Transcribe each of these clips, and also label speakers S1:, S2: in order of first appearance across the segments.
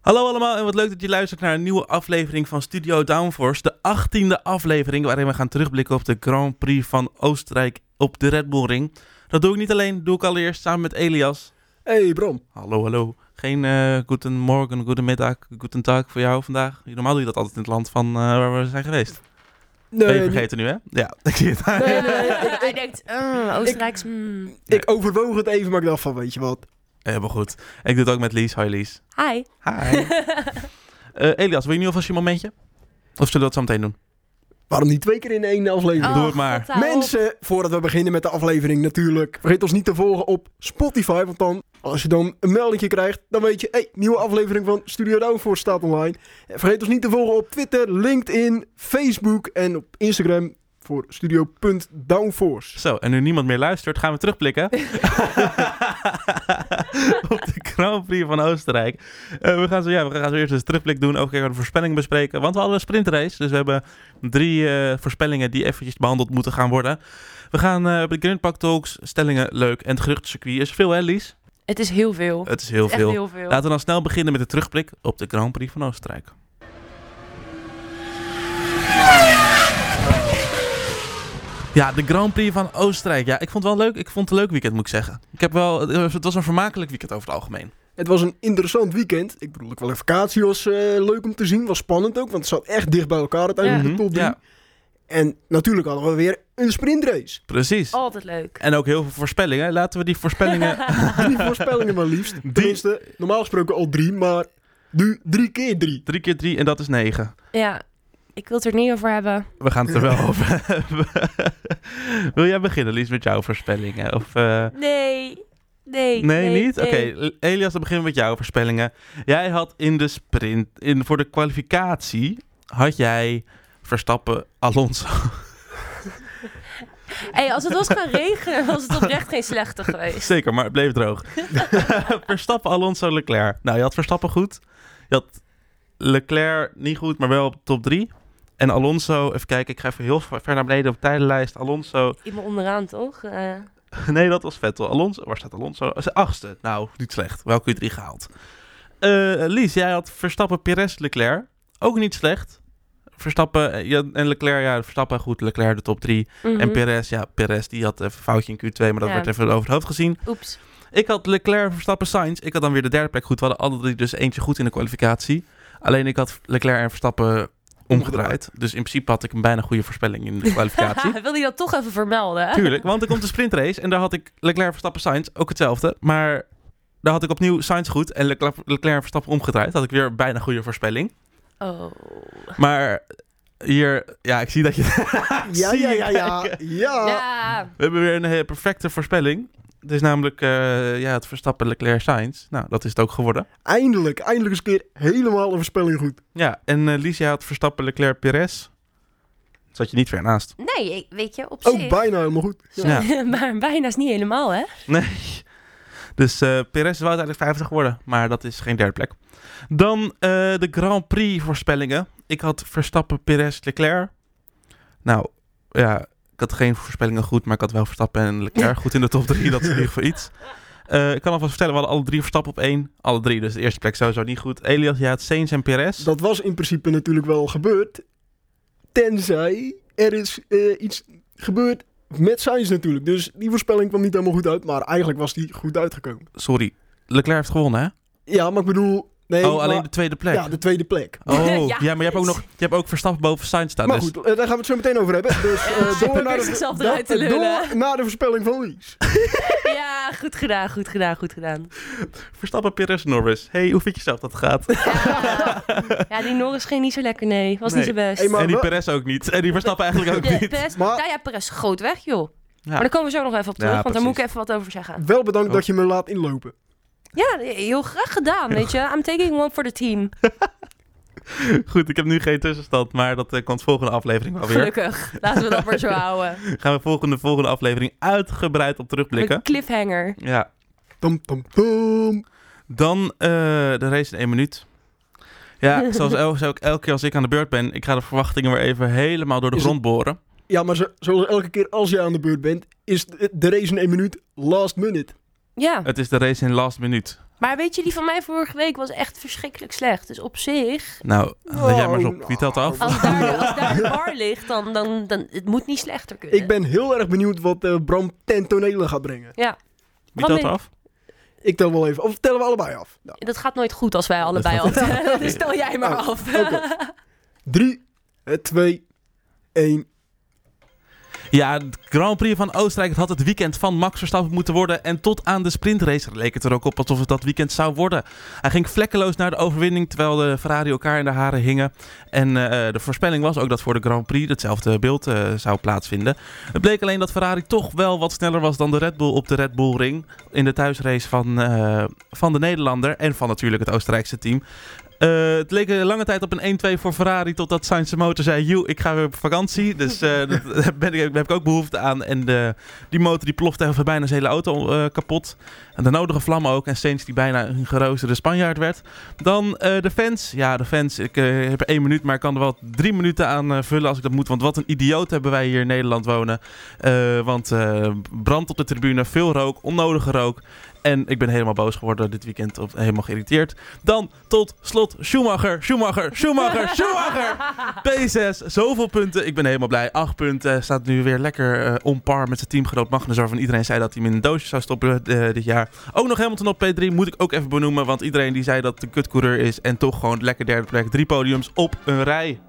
S1: Hallo allemaal en wat leuk dat je luistert naar een nieuwe aflevering van Studio Downforce. De 18e aflevering waarin we gaan terugblikken op de Grand Prix van Oostenrijk op de Red Bull Ring. Dat doe ik niet alleen, doe ik allereerst samen met Elias.
S2: Hey Bram.
S1: Hallo, hallo. Geen eh guten morgen, guten middag, guten dag voor jou vandaag. Normaal doe je dat altijd in het land van eh, waar we zijn geweest. ben je vergeten nu, hè? Ja, ik zie het.
S2: Eh, Nee, nee,
S3: Ja,
S2: ik-
S3: Hij denkt, eh, Oostenrijks. mm.
S2: Ik overwoog het even, maar ik dacht van, weet je wat?
S1: Helemaal goed. En ik doe het ook met Lies. Hi Lies.
S3: Hi.
S1: Hi. Elias, wil je nu alvast je momentje? Of zullen we dat zo meteen doen?
S2: Waarom niet twee keer in één aflevering?
S1: Doe het maar.
S3: God, hou Oh, op.
S2: Mensen, voordat we beginnen met de aflevering natuurlijk, vergeet ons niet te volgen op Spotify, want dan, als je dan een meldingje krijgt, dan weet je, hey, nieuwe aflevering van Studio Downforce staat online. En Vergeet ons niet te volgen op Twitter, LinkedIn, Facebook en op Instagram voor studio.downforce.
S1: Zo, en nu niemand meer luistert, gaan we terugblikken. op de Grand Prix van Oostenrijk. Eh, we, gaan zo, ja, we gaan zo eerst eens terugblik doen. Ook even de voorspelling bespreken. Want we hadden een sprintrace. Dus we hebben drie eh, voorspellingen die eventjes behandeld moeten gaan worden. We gaan eh, bij de Grand Park Talks stellingen leuk. En het geruchtencircuit is veel, hè, Lies?
S3: Het is heel veel.
S1: Oh, Het is heel
S3: Echt
S1: veel.
S3: heel veel.
S1: Laten we dan snel beginnen met de terugblik op de Grand Prix van Oostenrijk. Ja, de Grand Prix van Oostenrijk. Ja, ik vond het wel leuk. Ik vond het een leuk weekend, moet ik zeggen. Ik heb wel, het was een vermakelijk weekend over het algemeen.
S2: Het was een interessant weekend. Ik bedoel, de kwalificatie was eh, leuk om te zien, was spannend ook, want het zat echt dicht bij elkaar uiteindelijk,
S1: Mhm,
S2: de top 3.
S1: ja,
S2: En natuurlijk hadden we weer een sprintrace.
S1: precies.
S3: Altijd leuk.
S1: En ook heel veel voorspellingen. Laten we die voorspellingen...
S2: Drie voorspellingen maar liefst. Tenminste, normaal gesproken al drie, maar nu drie keer drie.
S1: drie keer drie en dat is negen.
S3: Ja, ik wil het er niet over hebben.
S1: We gaan het er wel over hebben. Wil jij beginnen, Lies, met jouw voorspellingen? Of, eh,
S3: Nee. Nee.
S1: Nee, niet?
S3: nee.
S1: Oké, Elias, dan beginnen we met jouw voorspellingen. Jij had in de sprint, in, voor de kwalificatie, had jij Verstappen Alonso.
S3: Hey, als het was gaan regenen, was het oprecht geen slechte geweest.
S1: Zeker, maar het bleef droog. Verstappen Alonso Leclerc. Nou, je had Verstappen goed. Je had Leclerc niet goed, maar wel op top 3. En Alonso, even kijken, ik ga even heel ver ver naar beneden op de tijdenlijst. Alonso,
S3: Iemand onderaan, toch? Eh,
S1: nee, dat was Vettel. Alonso, waar staat Alonso? Dat is de achtste. Nou, niet slecht. Wel Q3 gehaald. Eh, Lies, jij had Verstappen, Perez, Leclerc. Ook niet slecht. Verstappen eh, ja, en Leclerc, ja, Verstappen goed. Leclerc de top 3.
S3: mhm.
S1: En Perez, ja, Perez die had even een foutje in Q2, maar dat
S3: Ja.
S1: werd even over het hoofd gezien.
S3: Oeps.
S1: Ik had Leclerc, Verstappen, Sainz. Ik had dan weer de derde plek goed. We hadden alle drie dus eentje goed in de kwalificatie. Alleen ik had Leclerc en Verstappen omgedraaid. Dus in principe had ik een bijna goede voorspelling in de kwalificatie.
S3: Wil je dat toch even vermelden? hè?
S1: Tuurlijk, want er komt de sprintrace en daar had ik Leclerc, Verstappen, Sainz ook hetzelfde. Maar daar had ik opnieuw Sainz goed en Leclerc, Leclerc en Verstappen omgedraaid. Had ik weer bijna goede voorspelling.
S3: Oh.
S1: Maar hier, ja, ik zie dat je...
S2: Ja,
S1: Zie
S2: ja,
S1: je
S2: ja, ja.
S1: kijken.
S2: Ja.
S3: Ja.
S1: We hebben weer een eh, perfecte voorspelling. Het is namelijk eh, ja, het Verstappen, Leclerc, Sainz. Nou, dat is het ook geworden.
S2: Eindelijk, eindelijk eens een keer helemaal een voorspelling goed.
S1: Ja, en eh Lies, jij had Verstappen, Leclerc, Perez. Zat je niet ver naast.
S3: Nee, ik- weet je,
S1: Oh,
S3: op
S2: Ook
S3: zich.
S2: bijna helemaal goed. Ja.
S1: Ja.
S3: maar bijna is niet helemaal, hè?
S1: Nee. Dus eh Perez zou uiteindelijk 50 worden, maar dat is geen derde plek. Dan eh, de Grand Prix voorspellingen. Ik had Verstappen, Perez, Leclerc. Nou, ja, ik had geen voorspellingen goed, maar ik had wel Verstappen en Leclerc goed in de top 3. Dat is in ieder geval iets. Eh, ik kan alvast vertellen, we hadden alle drie Verstappen op één. Alle drie, dus de eerste plek sowieso niet goed. Elias, jij had Sainz en Perez.
S2: Dat was in principe natuurlijk wel gebeurd. Tenzij er is eh, iets gebeurd met Science natuurlijk. Dus die voorspelling kwam niet helemaal goed uit, maar eigenlijk was die goed uitgekomen.
S1: Sorry, Leclerc heeft gewonnen, hè?
S2: Ja, maar ik bedoel... Nee,
S1: oh, alleen
S2: maar-
S1: de tweede plek.
S2: Ja, de tweede plek.
S1: Oh, ja.
S3: Ja.
S1: maar je hebt ook nog je hebt ook Verstappen boven Sainz staan.
S2: Maar
S1: dus-
S2: goed, eh, daar gaan we het zo meteen over hebben. Dus eh,
S3: Ja,
S2: door,
S3: probeer
S2: naar de,
S3: zichzelf
S2: da-
S3: eruit te lullen.
S2: door naar de voorspelling van Lies.
S3: Ja, goed gedaan, goed gedaan, goed gedaan.
S1: Verstappen, Perez, Norris. hey, hoe vind je zelf dat het gaat?
S3: Ja, ja die Norris ging niet zo lekker, nee. Was niet
S1: Nee.
S3: zo best.
S2: Hey, maar
S1: en die
S2: we-
S1: Perez ook niet. En die Verstappen eigenlijk ook
S3: Ja,
S1: niet.
S3: Perez,
S2: Maar-
S3: nou ja, Perez groot weg, joh.
S1: Ja.
S3: Maar daar komen we zo nog even op terug,
S1: Ja,
S3: want daar moet ik
S1: precies.
S3: even wat over zeggen.
S2: Wel bedankt
S1: Oh.
S2: dat je me laat inlopen.
S3: Ja, heel graag gedaan, weet je. I'm taking one for the team.
S1: Oh, Goed, ik heb nu geen tussenstand, maar dat eh, komt volgende aflevering wel weer.
S3: Gelukkig. Laten we dat maar zo houden.
S1: Gaan we volgende, volgende aflevering uitgebreid op terugblikken.
S3: Een cliffhanger.
S1: Ja.
S2: Tom, tom, tom.
S1: Dan eh, de race in één minuut. Ja, zoals el- zo ook elke keer als ik aan de beurt ben, ik ga de verwachtingen weer even helemaal door de
S2: Is
S1: grond boren.
S2: Ja, maar zo- zoals elke keer als je aan de beurt bent, is de, de race in één minuut last minute.
S3: Ja,
S1: Eh. Het is de race in last minuut.
S3: Maar weet je, die van mij vorige week was echt verschrikkelijk slecht. Dus op zich,
S1: Nou,
S2: Oh,
S1: let jij maar eens op. Wie telt af?
S3: als daar, de- als daar de bar ligt, dan, dan, dan het moet niet slechter kunnen.
S2: Ik ben heel erg benieuwd wat eh, Bram ten tonele gaat brengen.
S3: Ja,
S1: Wie
S3: Wat
S1: telt
S3: ben-
S1: af?
S2: Ik tel wel even. Of tellen we allebei af? Nou,
S3: dat gaat nooit goed als wij allebei
S1: gaat-
S3: al. dus stel jij maar
S2: Oh,
S3: af.
S2: oké. drie, eh, twee, één.
S1: Ja, de Grand Prix van Oostenrijk het had het weekend van Max Verstappen moeten worden. En tot aan de sprintrace leek het er ook op alsof het dat weekend zou worden. Hij ging vlekkeloos naar de overwinning, terwijl de Ferrari elkaar in de haren hingen. En eh, de voorspelling was ook dat voor de Grand Prix hetzelfde beeld eh, zou plaatsvinden. Het bleek alleen dat Ferrari toch wel wat sneller was dan de Red Bull op de Red Bull Ring. In de thuisrace van, eh, van de Nederlander en van natuurlijk het Oostenrijkse team. Eh, het leek een lange tijd op een 1-2 voor Ferrari. Totdat Sainz de motor zei: Joe, ik ga weer op vakantie. Dus eh daar ben ik, daar heb ik ook behoefte aan. En de, die motor die plofte even bijna zijn hele auto eh, kapot. En de nodige vlammen ook. En Sainz die bijna een geroosterde Spanjaard werd. Dan eh, de fans. Ja, de fans. Ik eh, heb er één minuut, maar ik kan er wel drie minuten aan eh, vullen als ik dat moet. Want wat een idioot hebben wij hier in Nederland wonen. Eh, want eh, brand op de tribune, veel rook, onnodige rook. En ik ben helemaal boos geworden dit weekend. Of helemaal geïrriteerd. Dan tot slot Schumacher, Schumacher, Schumacher, Schumacher. P6, zoveel punten. Ik ben helemaal blij. Acht punten. Staat nu weer lekker eh on par met zijn teamgenoot Magnus. Waarvan iedereen zei dat hij hem in een doosje zou stoppen eh, dit jaar. Ook nog Hamilton op P3 moet ik ook even benoemen. Want iedereen die zei dat de kutcoureur is. En toch gewoon lekker derde plek. Drie podiums op een rij.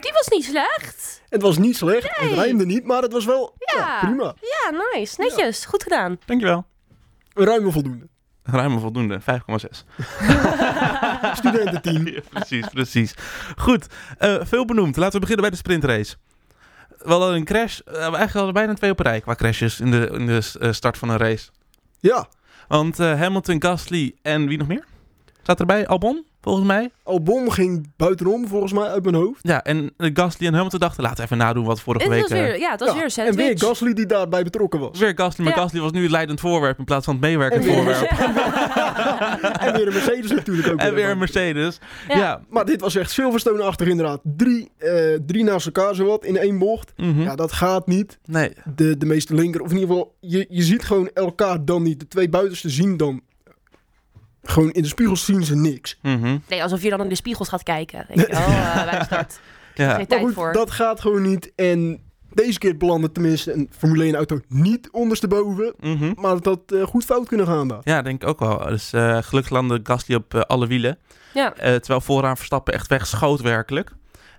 S3: Die was niet slecht.
S2: Het was niet slecht.
S3: Nee.
S2: Het rijmde niet, maar het was wel ja, prima.
S3: Ja, nice. Netjes. Goed gedaan.
S1: Dankjewel.
S2: Ruim en voldoende.
S1: Ruim en voldoende. 5,6.
S2: Studententeam.
S1: Ja, precies, precies. Goed, eh, veel benoemd. Laten we beginnen bij de sprintrace. We hadden een crash. eh, we eigenlijk hadden we bijna twee op een rij qua crashes in de, in de s- eh, start van een race.
S2: Ja,
S1: Want eh, Hamilton, Gasly en wie nog meer? Staat erbij? Albon, volgens mij.
S2: Albon ging buitenom volgens mij uit mijn hoofd.
S1: Ja, en eh, Gasly en Hamilton dachten, laten we even nadoen wat vorige
S3: Het
S1: week...
S3: was
S1: eh,
S3: weer, ja, het was
S2: Ja,
S3: weer een
S2: en weer
S3: sandwich.
S2: Gasly die daarbij betrokken was.
S1: weer Gasly, maar
S3: Ja.
S1: Gasly was nu het leidend voorwerp in plaats van het meewerkend
S2: En weer-
S1: voorwerp.
S2: en weer een Mercedes natuurlijk
S1: En
S2: ook.
S1: weer
S2: erbij.
S1: een Mercedes. Ja.
S3: Ja.
S2: Maar dit was echt Silverstone-achtig inderdaad. Drie, eh, drie naast elkaar zowat in één bocht.
S1: Mhm.
S3: Hm?
S2: Ja, dat gaat niet.
S1: Nee,
S2: De, de meeste linker, of in ieder geval, je, je ziet gewoon elkaar dan niet. De twee buitenste zien dan. Gewoon in de spiegels zien ze niks.
S1: Mhm.
S3: Nee, alsof je dan in de spiegels gaat kijken. Weet je wel, eh, bij de start.
S1: ja.
S3: Geen
S2: Maar
S3: tijd
S2: goed,
S3: voor.
S2: dat gaat gewoon niet. En deze keer belandde tenminste een Formule 1-auto niet ondersteboven.
S1: Mhm.
S2: Maar het had eh, goed fout kunnen gaan daar.
S1: Ja, denk ik ook wel. Dus eh, gelukkig landde Gasly op eh, alle wielen.
S3: Ja.
S1: Eh, terwijl vooraan Verstappen echt wegschoot werkelijk.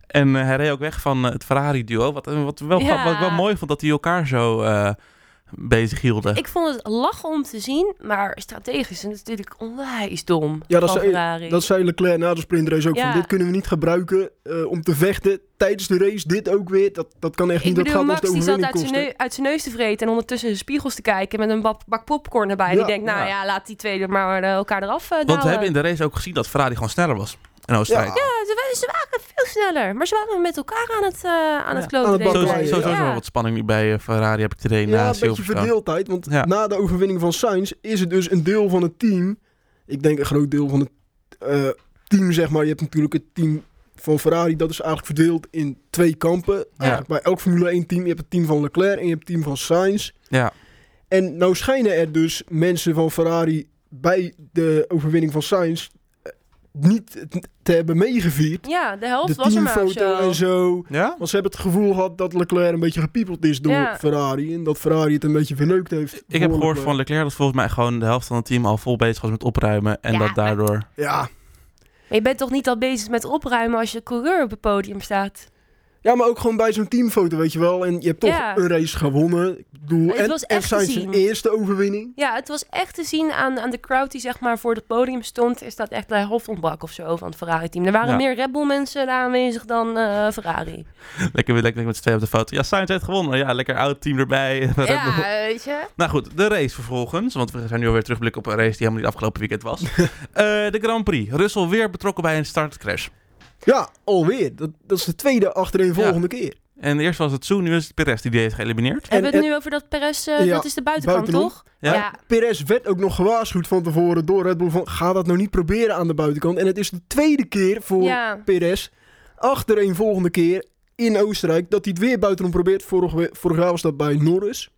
S1: En eh, hij reed ook weg van eh, het Ferrari-duo. Wat, eh, wat, wel,
S3: Ja.
S1: grappig- wat ik wel mooi vond, dat die elkaar zo eh, bezig hielden.
S3: Ik vond het lachen om te zien, maar strategisch is het natuurlijk onwijs dom.
S2: Ja, dat
S3: van
S2: zei-
S3: Ferrari.
S2: Dat zei Leclerc na de sprintrace ook.
S3: Ja.
S2: Van, dit kunnen we niet gebruiken eh, om te vechten tijdens de race. Dit ook weer. Dat, dat kan echt
S3: Ik
S2: niet. Dat
S3: bedoel,
S2: gaat ons de
S3: Max die
S2: overwinning
S3: zat uit zijn,
S2: kosten.
S3: neu- uit zijn neus te vreten en ondertussen in de spiegels te kijken met een bak, bak popcorn erbij. En
S2: Ja,
S3: die denkt, nou
S1: ja.
S3: ja. laat die tweede maar eh, elkaar eraf eh
S1: Want we
S3: douwen.
S1: hebben in de race ook gezien dat Ferrari gewoon sneller was in Oostenrijk.
S2: Ja.
S3: Ja, ze, wa- ze waren veel sneller, maar ze waren met elkaar aan het, eh aan het
S1: Ja.
S3: kloten.
S2: Aan het
S3: denk
S1: Zo,
S3: ik.
S1: is- zo,
S2: Ja,
S1: zo is er
S3: Ja.
S1: wel wat spanning nu bij eh, Ferrari, heb ik het idee,
S2: Ja,
S1: na
S2: een beetje
S1: Silverstone.
S2: verdeeldheid. Want
S1: Ja.
S2: na de overwinning van Sainz is het dus een deel van het team. Ik denk een groot deel van het eh, team, zeg maar. Je hebt natuurlijk het team van Ferrari. Dat is eigenlijk verdeeld in twee kampen. Eigenlijk bij elk Formule 1 team. Je hebt het team van Leclerc en je hebt het team van Sainz.
S1: Ja.
S2: En nou schijnen er dus mensen van Ferrari bij de overwinning van Sainz eh, niet te hebben meegevierd.
S3: Ja, de helft
S2: De
S3: was er maar of
S2: teamfoto
S3: zo.
S2: en zo.
S1: Ja?
S2: Want ze hebben het gevoel gehad dat Leclerc een beetje gepiepeld is door
S3: Ja.
S2: Ferrari. En dat Ferrari het een beetje verneukt heeft.
S1: Ik heb gehoord
S2: Behoorlijk,
S1: van Leclerc dat volgens mij gewoon de helft van het team al vol bezig was met opruimen. En
S3: Ja,
S1: dat daardoor...
S2: eh, Ja.
S3: Maar je bent toch niet al bezig met opruimen als je coureur op het podium staat?
S2: ja, maar ook gewoon bij zo'n teamfoto, weet je wel. En je hebt toch
S3: Ja.
S2: een race gewonnen. Ik bedoel,
S3: Het
S2: en,
S3: was
S2: en
S3: echt
S2: zijn
S3: te zien.
S2: eerste overwinning.
S3: Ja, het was echt te zien aan, aan de crowd die zeg maar voor het podium stond. Is dat echt bij Hof ontbrak of zo van het Ferrari-team. Er waren
S1: Ja.
S3: meer Red Bull mensen daar aanwezig dan eh, Ferrari.
S1: Lekker, lekker, lekker met z'n tweeën op de foto. Ja, Sainz heeft gewonnen. Ja, lekker oud team erbij. Red Bull.
S3: Ja, weet je.
S1: Nou goed, de race vervolgens. Want we zijn nu alweer terugblikken op een race die helemaal niet afgelopen weekend was. Eh, de Grand Prix. Russell weer betrokken bij een startcrash.
S2: Ja, alweer. Dat, dat is de tweede achtereenvolgende keer.
S1: En eerst was het Soe, nu is het Perez die die heeft geëlimineerd.
S3: Hebben we
S2: en-
S3: het nu over dat Perez, eh,
S2: Ja,
S3: dat is de buitenkant,
S2: buitenom.
S3: toch?
S1: Ja.
S2: Perez werd ook nog gewaarschuwd van tevoren door Red Bull van... ga dat nou niet proberen aan de buitenkant. En het is de tweede keer voor
S3: Ja.
S2: Perez achtereenvolgende keer in Oostenrijk... dat hij het weer buitenom probeert. Vorig, we- vorig jaar was dat bij Norris.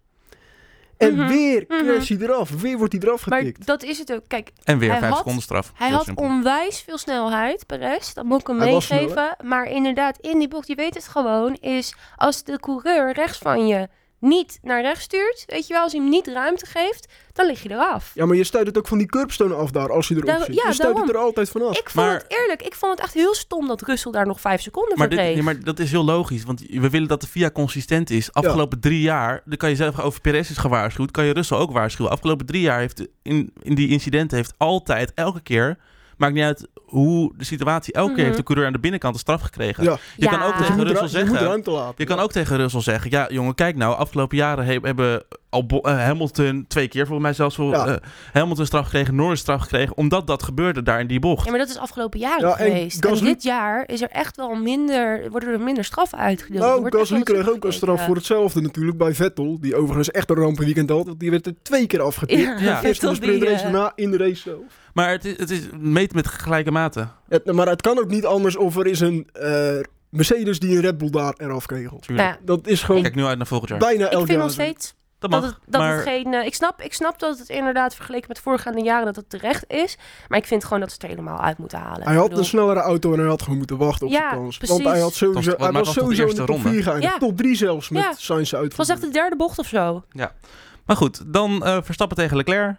S2: En
S3: Mhm.
S2: weer
S3: Mhm.
S2: crasht hij eraf. Weer wordt hij eraf
S3: Maar
S2: getikt.
S3: dat is het ook. Kijk,
S1: En weer
S3: Hij
S1: 5
S3: had-
S1: seconden straf.
S3: hij
S1: Heel
S3: had
S1: simpel.
S3: onwijs veel snelheid, Perez. Dat moet ik hem
S2: Hij was
S3: meegeven. Maar inderdaad, in die bocht, je weet het gewoon, is als de coureur rechts van je niet naar rechts stuurt, weet je wel, als hij hem niet ruimte geeft, dan lig je eraf.
S2: Ja, maar je stuit het ook van die curbstone af daar als je erop
S3: Daar-
S2: zit.
S3: ja,
S2: je stuit
S3: daarom.
S2: het er altijd vanaf.
S3: Ik vond
S1: Maar-
S3: het eerlijk, ik vond het echt heel stom dat Russell daar nog vijf seconden
S1: Maar,
S3: voor
S1: dit,
S3: kreeg.
S1: nee, maar dat is heel logisch, want we willen dat de FIA consistent is. Afgelopen drie jaar, dan kan je zelf over Perez is gewaarschuwd, kan je Russell ook waarschuwen. Afgelopen drie jaar heeft de- in, in die incidenten heeft altijd, elke keer, maakt niet uit hoe de situatie, elke keer
S3: Mhm.
S1: heeft de coureur aan de binnenkant een straf gekregen.
S2: Ja.
S1: Je kan ook
S2: Dus je
S1: tegen Russell
S2: moet, ru- je moet
S1: zeggen-
S2: ruimte laten.
S1: Je kan ook tegen Russell zeggen, ja jongen, kijk nou, afgelopen jaren he- hebben Albo- eh, Hamilton twee keer volgens mij zelfs voor
S2: Ja.
S1: eh, Hamilton straf gekregen, Norris straf gekregen, omdat dat gebeurde daar in die bocht.
S3: Ja, maar dat is afgelopen jaren
S2: Ja, en
S3: geweest. En,
S2: Gasly-
S3: dit jaar is er echt wel minder, worden er minder straffen uitgedeeld. Er
S2: Nou,
S3: wordt echt
S2: Gasly
S3: wel eens
S2: kreeg ook een
S3: teruggekeken.
S2: straf voor hetzelfde natuurlijk bij Vettel. Die overigens echt een rampenweekend had. Want die werd er twee keer afgetikt.
S3: Ja,
S1: Ja.
S2: Eerst in
S3: Vettel
S2: de
S3: die,
S2: sprintrace,
S3: eh,
S2: daarna in de race zelf.
S1: Maar het is, het is meet met gelijke mate.
S2: Het- maar het kan ook niet anders of er is een eh, Mercedes die een Red Bull daar eraf kegelt.
S1: Tuurlijk.
S3: Nou ja,
S2: Dat is gewoon
S1: Kijk nu uit naar volgend jaar.
S2: bijna elk
S3: ik vind
S2: jaar
S3: nog
S2: zo.
S3: steeds
S1: Dat mag.
S3: dat het, dat
S1: maar...
S3: het geen... eh, ik, snap, ik snap dat het inderdaad vergeleken met voorgaande jaren dat het terecht is. Maar ik vind gewoon dat ze het er helemaal uit moeten halen.
S2: Hij
S3: Ik
S2: had
S3: bedoel,
S2: een snellere auto en hij had gewoon moeten wachten op
S3: Ja,
S2: zijn kans.
S3: precies.
S2: Want hij, had sowieso,
S1: Dat was-
S2: hij
S1: maar dat was
S2: was
S1: de
S2: sowieso in de
S1: eerste
S2: top
S1: ronde.
S2: 4 gegaan.
S3: Ja.
S2: Top 3 zelfs met
S3: Ja.
S2: Sainz uit.
S3: Het was echt de derde bocht of zo.
S1: Maar goed, dan eh, Verstappen tegen Leclerc.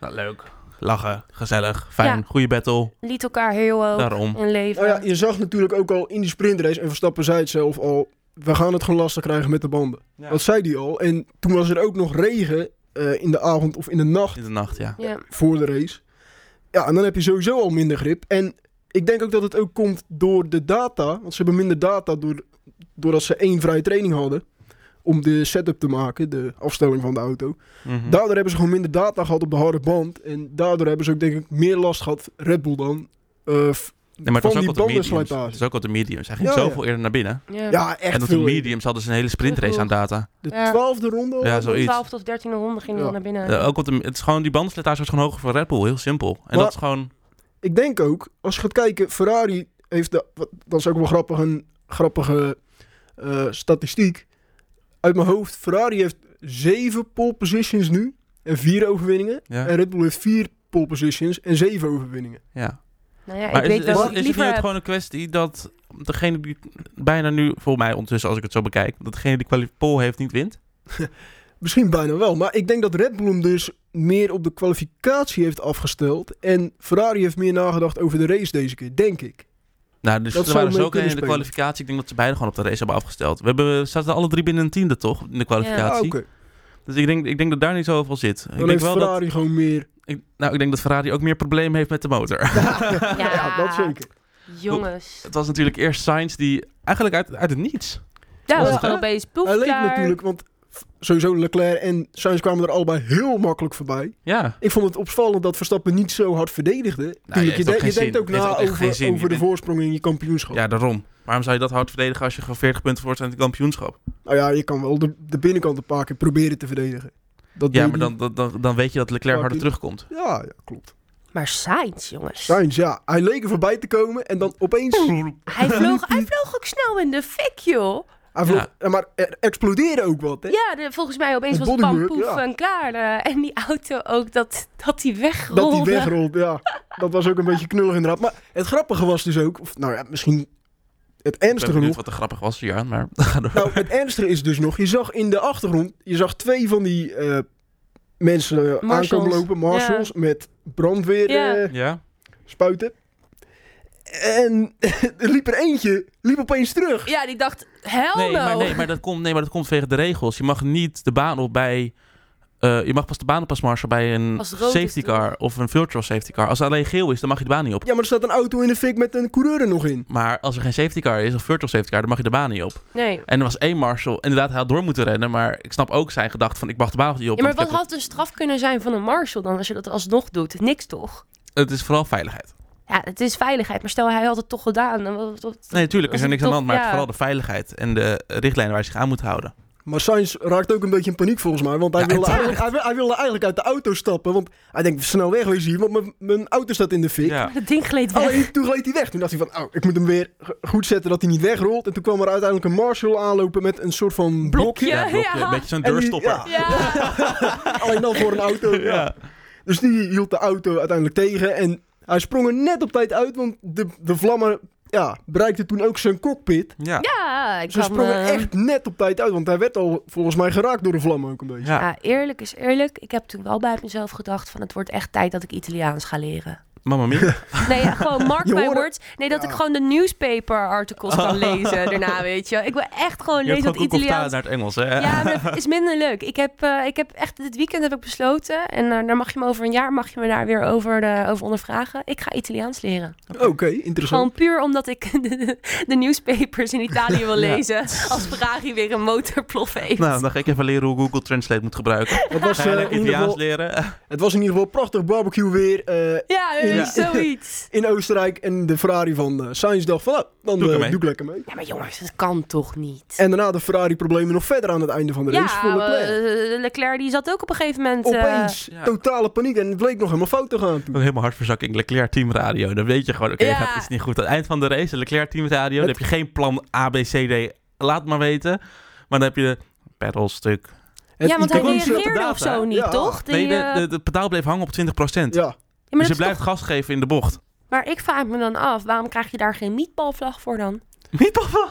S1: Nou, leuk. Lachen, gezellig, fijn,
S3: Ja.
S1: goede battle.
S3: Liet elkaar heel hoog
S1: Daarom.
S3: in leven.
S2: Nou ja, je zag natuurlijk ook al in die sprintrace en Verstappen zei het zelf al. We gaan het gewoon lastig krijgen met de banden. Dat zei hij al. En toen was er ook nog regen eh, in de avond of in de nacht
S1: In de nacht, ja.
S3: Ja.
S2: voor de race. Ja, en dan heb je sowieso al minder grip. En ik denk ook dat het ook komt door de data. Want ze hebben minder data door, doordat ze één vrije training hadden. Om de setup te maken, de afstelling van de auto.
S1: Mhm.
S2: Daardoor hebben ze gewoon minder data gehad op de harde band. En daardoor hebben ze ook denk ik meer last gehad, Red Bull dan, eh, f-
S1: Nee, maar het
S2: van
S1: was ook
S2: die
S1: al de mediums.
S2: bandenslijtage.
S1: Het was ook al de mediums. Hij ging
S2: Ja, ja.
S1: zoveel eerder naar binnen.
S3: Ja.
S2: Ja, echt
S1: en op de
S2: veel.
S1: mediums hadden ze een hele sprintrace aan data.
S2: De
S3: Ja.
S2: twaalfde ronde al.
S1: Ja, zoiets.
S3: 12 tot 13 ronde ging hij
S2: Ja.
S3: naar binnen.
S1: Ja, Eh, ook op de, het is gewoon, die bandenslijtage was gewoon hoger voor Red Bull. Heel simpel. En
S2: Maar-
S1: dat is gewoon...
S2: Ik denk ook, als je gaat kijken, Ferrari heeft, de, wat- dat is ook wel grappig, een grappige eh, statistiek. Uit mijn hoofd, Ferrari heeft zeven pole positions nu en vier overwinningen.
S1: Ja.
S2: En Red Bull heeft vier pole positions en zeven overwinningen.
S1: ja.
S3: Nou ja,
S1: Maar is,
S3: ik weet
S1: is,
S3: wel
S1: is
S3: wat
S1: het
S3: ik
S1: niet
S3: liever
S1: ook
S3: heb.
S1: gewoon een kwestie dat degene die bijna nu, voor mij ondertussen als ik het zo bekijk, dat degene die kwalipol heeft niet wint?
S2: Misschien bijna wel, maar ik denk dat Red Bull hem dus meer op de kwalificatie heeft afgesteld. En Ferrari heeft meer nagedacht over de race deze keer, denk ik.
S1: Nou, dus
S2: Dat
S1: er
S2: zou
S1: waren
S2: mee
S1: zo ook in
S2: kunnen
S1: de
S2: spelen.
S1: kwalificatie. Ik denk dat ze beide gewoon op de race hebben afgesteld. We, hebben, we zaten alle drie binnen een tiende, toch? In de
S2: Ah,
S1: kwalificatie.
S2: Oké,
S1: Dus ik denk, ik denk dat daar niet zoveel zit. Ik
S2: dan
S1: denk,
S2: heeft
S1: wel dat,
S2: Ferrari gewoon meer.
S1: ik, nou, ik denk dat Ferrari ook meer problemen heeft met de motor.
S2: Ja, dat zeker.
S3: Jongens.
S1: het was natuurlijk eerst Sainz die eigenlijk uit, uit het niets.
S3: Daar
S2: was
S3: was
S2: het,
S3: het
S2: hè?
S3: opeens
S2: Hij leek
S3: proefklaar.
S2: natuurlijk, want f- sowieso Leclerc en Sainz kwamen er allebei heel makkelijk voorbij.
S1: Ja.
S2: Ik vond het opvallend dat Verstappen niet zo hard verdedigde.
S1: heeft
S2: Tuurlijk, je, de-
S1: ook
S2: je
S1: geen
S2: denkt
S1: zin.
S2: ook
S1: Heeft
S2: na
S1: ook echt
S2: over,
S1: geen zin. Je
S2: over de
S1: bent-
S2: voorsprong in je kampioenschap.
S1: ja, daarom. Waarom zou je dat hard verdedigen als je gewoon 40 punten voor staat in het kampioenschap?
S2: Nou ja, je kan wel de, de binnenkant een paar keer proberen te verdedigen. Dat
S1: Ja,
S2: deed
S1: maar
S2: hij.
S1: dan, dan, dan, dan weet je dat Leclerc
S2: Maar
S1: harder
S2: die-
S1: terugkomt.
S2: Ja, ja, klopt.
S3: Maar Sainz, jongens.
S2: Sainz, ja. Hij leek er voorbij te komen en dan opeens...
S3: Hij vloog, hij vloog ook snel in de fik, joh.
S2: Hij vloog, ja. Maar er explodeerde ook wat, hè?
S3: Ja, de- volgens mij opeens
S2: Het
S3: was
S2: bodywork,
S3: Pampoef
S2: ja.
S3: en klaar. eh, en die auto ook, dat, dat die wegrolde.
S2: Dat hij wegrolt, ja. Dat was ook een beetje knullig inderdaad. Maar het grappige was dus ook... Of, nou ja, misschien het
S1: Ik
S2: ernstige
S1: ben benieuwd
S2: nog...
S1: wat er grappig was, Jaan, maar...
S2: Nou, het ernstige is dus nog, je zag in de achtergrond, je zag twee van die eh, mensen eh,
S3: Marshals.
S2: aankomen lopen, marshals, met brandweer
S3: Ja.
S2: eh,
S1: ja.
S2: spuiten. En er liep er eentje, liep opeens terug.
S3: Ja, die dacht, hell
S1: Nee,
S3: Oh, no.
S1: maar, nee, maar dat komt, nee, maar dat komt vanwege de regels. Je mag niet de baan op bij... eh, je mag pas de baan op als marshal bij een
S3: Als het rood is,
S1: safety
S3: toch?
S1: car of een virtual safety car. Als het alleen geel is, dan mag je de baan niet op.
S2: Ja, maar er staat een auto in de fik met een coureur er nog in.
S1: Maar als er geen safety car is of virtual safety car, dan mag je de baan niet op.
S3: Nee.
S1: En er was één marshal. Inderdaad, hij had door moeten rennen, maar ik snap ook zijn gedachte van ik mag de baan niet op.
S3: Ja,
S1: want
S3: maar wat
S1: ik heb-
S3: had een straf kunnen zijn van een marshal dan als je dat alsnog doet? Niks toch?
S1: Het is vooral veiligheid.
S3: Ja, het is veiligheid, maar stel hij had het toch gedaan. Dan, wat- wat-
S1: Nee, natuurlijk, er
S3: Was
S1: is
S3: het
S1: niks aan de
S3: toch-
S1: hand, maar het is
S3: ja.
S1: vooral de veiligheid en de eh, richtlijnen waar je zich aan moet houden.
S2: Maar Sainz raakt ook een beetje in paniek volgens mij. Want hij,
S1: Ja,
S2: wilde,
S1: uiteraard.
S2: eigenlijk, hij, wil- hij wilde eigenlijk uit de auto stappen. Want hij denkt, snel wegwezen hier, want mijn, mijn auto staat in de fik.
S1: Ja.
S3: Dat ding gleed weg.
S2: Alleen toen gleed hij weg. Toen dacht hij van, oh, ik moet hem weer g- goed zetten dat hij niet wegrolt. En toen kwam er uiteindelijk een Marshall aanlopen met een soort van blokje.
S1: Ja, blokje.
S3: ja.
S1: Een beetje zo'n
S2: En die-
S1: deurstopper.
S2: ja.
S3: Ja.
S2: Alleen dan voor een auto. ja.
S1: Ja.
S2: Dus die hield de auto uiteindelijk tegen. En hij sprong er net op tijd uit, want de, de vlammen ja, bereikten toen ook zijn cockpit.
S1: Ja.
S3: ja, ik
S2: Ze
S3: kan,
S2: sprongen
S3: eh,
S2: echt net op tijd uit, want hij werd al volgens mij geraakt door de vlammen ook een beetje.
S1: Ja.
S3: Ja, eerlijk is eerlijk. Ik heb toen wel bij mezelf gedacht van het wordt echt tijd dat ik Italiaans ga leren.
S1: Mamma mia.
S2: Oh,
S3: Nee, ja, gewoon mark
S2: Je
S3: my
S2: hoorde-
S3: words. Nee, dat
S2: Ja.
S3: ik gewoon de newspaper articles kan lezen daarna, weet je. Ik wil echt gewoon
S1: Je hebt
S3: lezen
S1: gewoon
S3: dat
S1: koek of taart
S3: Italiaans...
S1: naar het Engels, hè?
S3: Ja, maar het is minder leuk. Ik heb, eh, ik heb echt, dit weekend heb ik besloten. En eh, daar mag je me over een jaar, mag je me daar weer over, eh, over ondervragen. Ik ga Italiaans leren.
S2: Oké,
S1: Dus
S2: interessant.
S3: Gewoon puur omdat ik de, de- de newspapers in Italië wil
S1: Ja.
S3: lezen. Als Ferrari weer een motorplof heeft.
S1: Nou, dan ga ik even leren hoe Google Translate moet gebruiken.
S2: Het was,
S1: Ga
S2: eh,
S1: je
S2: in
S1: lekker
S2: ieder
S1: Italiaans
S2: geval,
S1: leren?
S2: het was in ieder geval prachtig barbecue weer eh,
S3: ja, eh,
S2: Ja.
S3: zoiets.
S2: in Oostenrijk. En de Ferrari van eh Sainz dacht van, nou, dan
S1: Doe ik
S2: eh,
S1: ermee.
S2: doe ik lekker mee.
S3: Ja, maar jongens, dat kan toch niet?
S2: En daarna de Ferrari-problemen nog verder aan het einde van de race voor Leclerc.
S3: eh, Leclerc die zat ook op een gegeven moment... eh,
S2: Opeens,
S1: ja.
S2: totale paniek. En het bleek nog helemaal fout te gaan. toen.
S1: Ook helemaal hartverzakking. Leclerc teamradio. Dan weet je gewoon, oké,
S3: Ja.
S1: gaat iets niet goed. Aan het eind van de race, Leclerc teamradio. Dan
S2: Het-
S1: heb je geen plan A, B, C, D. Laat maar weten. Maar dan heb je de pedalstuk.
S2: Het
S3: ja, want hij
S1: iconische reageert-
S2: iconische-
S3: reageerde
S1: data,
S3: of zo
S1: hè?
S3: niet,
S2: Ja.
S3: toch? Die,
S1: Nee, de,
S3: eh,
S1: de, de pedaal bleef hangen op 20%.
S2: Ja,
S3: ja, maar,
S1: dus
S3: dat
S1: je
S3: is
S1: blijft gas geven in de bocht.
S3: toch- maar ik vraag me dan af, waarom krijg je daar geen meatbalvlag voor dan?
S1: Niet tof.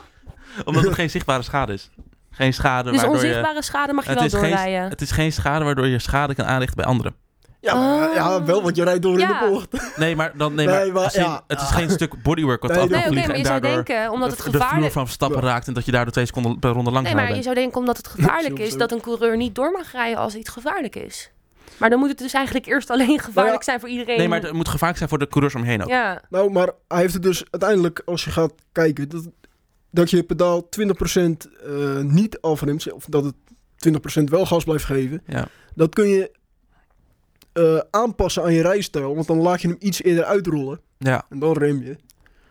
S1: Omdat het geen zichtbare schade is. Geen schade
S3: Dus
S1: waardoor je...
S3: onzichtbare schade mag je
S1: Het
S3: wel
S1: is, geen,
S3: doorrijden.
S1: het is geen schade waardoor je schade kan aanrichten bij anderen.
S2: ja, maar,
S3: Oh.
S2: ja, wel, want je rijdt door
S3: Ja.
S2: in de bocht.
S1: Nee, maar, dan, nee,
S2: Nee,
S1: maar,
S2: maar
S1: als in,
S2: ja.
S1: het is geen stuk bodywork wat
S2: Nee,
S1: af
S2: dat-
S3: Nee,
S1: kan
S3: oké,
S1: vliegen
S3: maar
S1: en
S3: je zou
S1: daardoor
S3: denken, omdat het
S1: de, de vloer
S3: gevaarlijk...
S1: van stappen raakt en dat je daardoor twee seconden per ronde lang
S3: Nee, maar je zou denken omdat het gevaarlijk
S2: Soms
S3: is...
S2: ook.
S3: dat een coureur niet door mag rijden als iets gevaarlijk is. Maar dan moet het dus eigenlijk eerst alleen gevaarlijk zijn voor iedereen.
S1: Nou Nee, maar het moet gevaarlijk zijn voor de coureurs omheen ook.
S3: Ja,
S2: Nou, maar hij heeft het dus uiteindelijk, als je gaat kijken, dat, dat je pedaal 20% eh, niet afremt, of dat het 20% wel gas blijft geven,
S1: Ja.
S2: dat kun je eh, aanpassen aan je rijstijl, want dan laat je hem iets eerder uitrollen
S1: Ja,
S2: en dan rem je.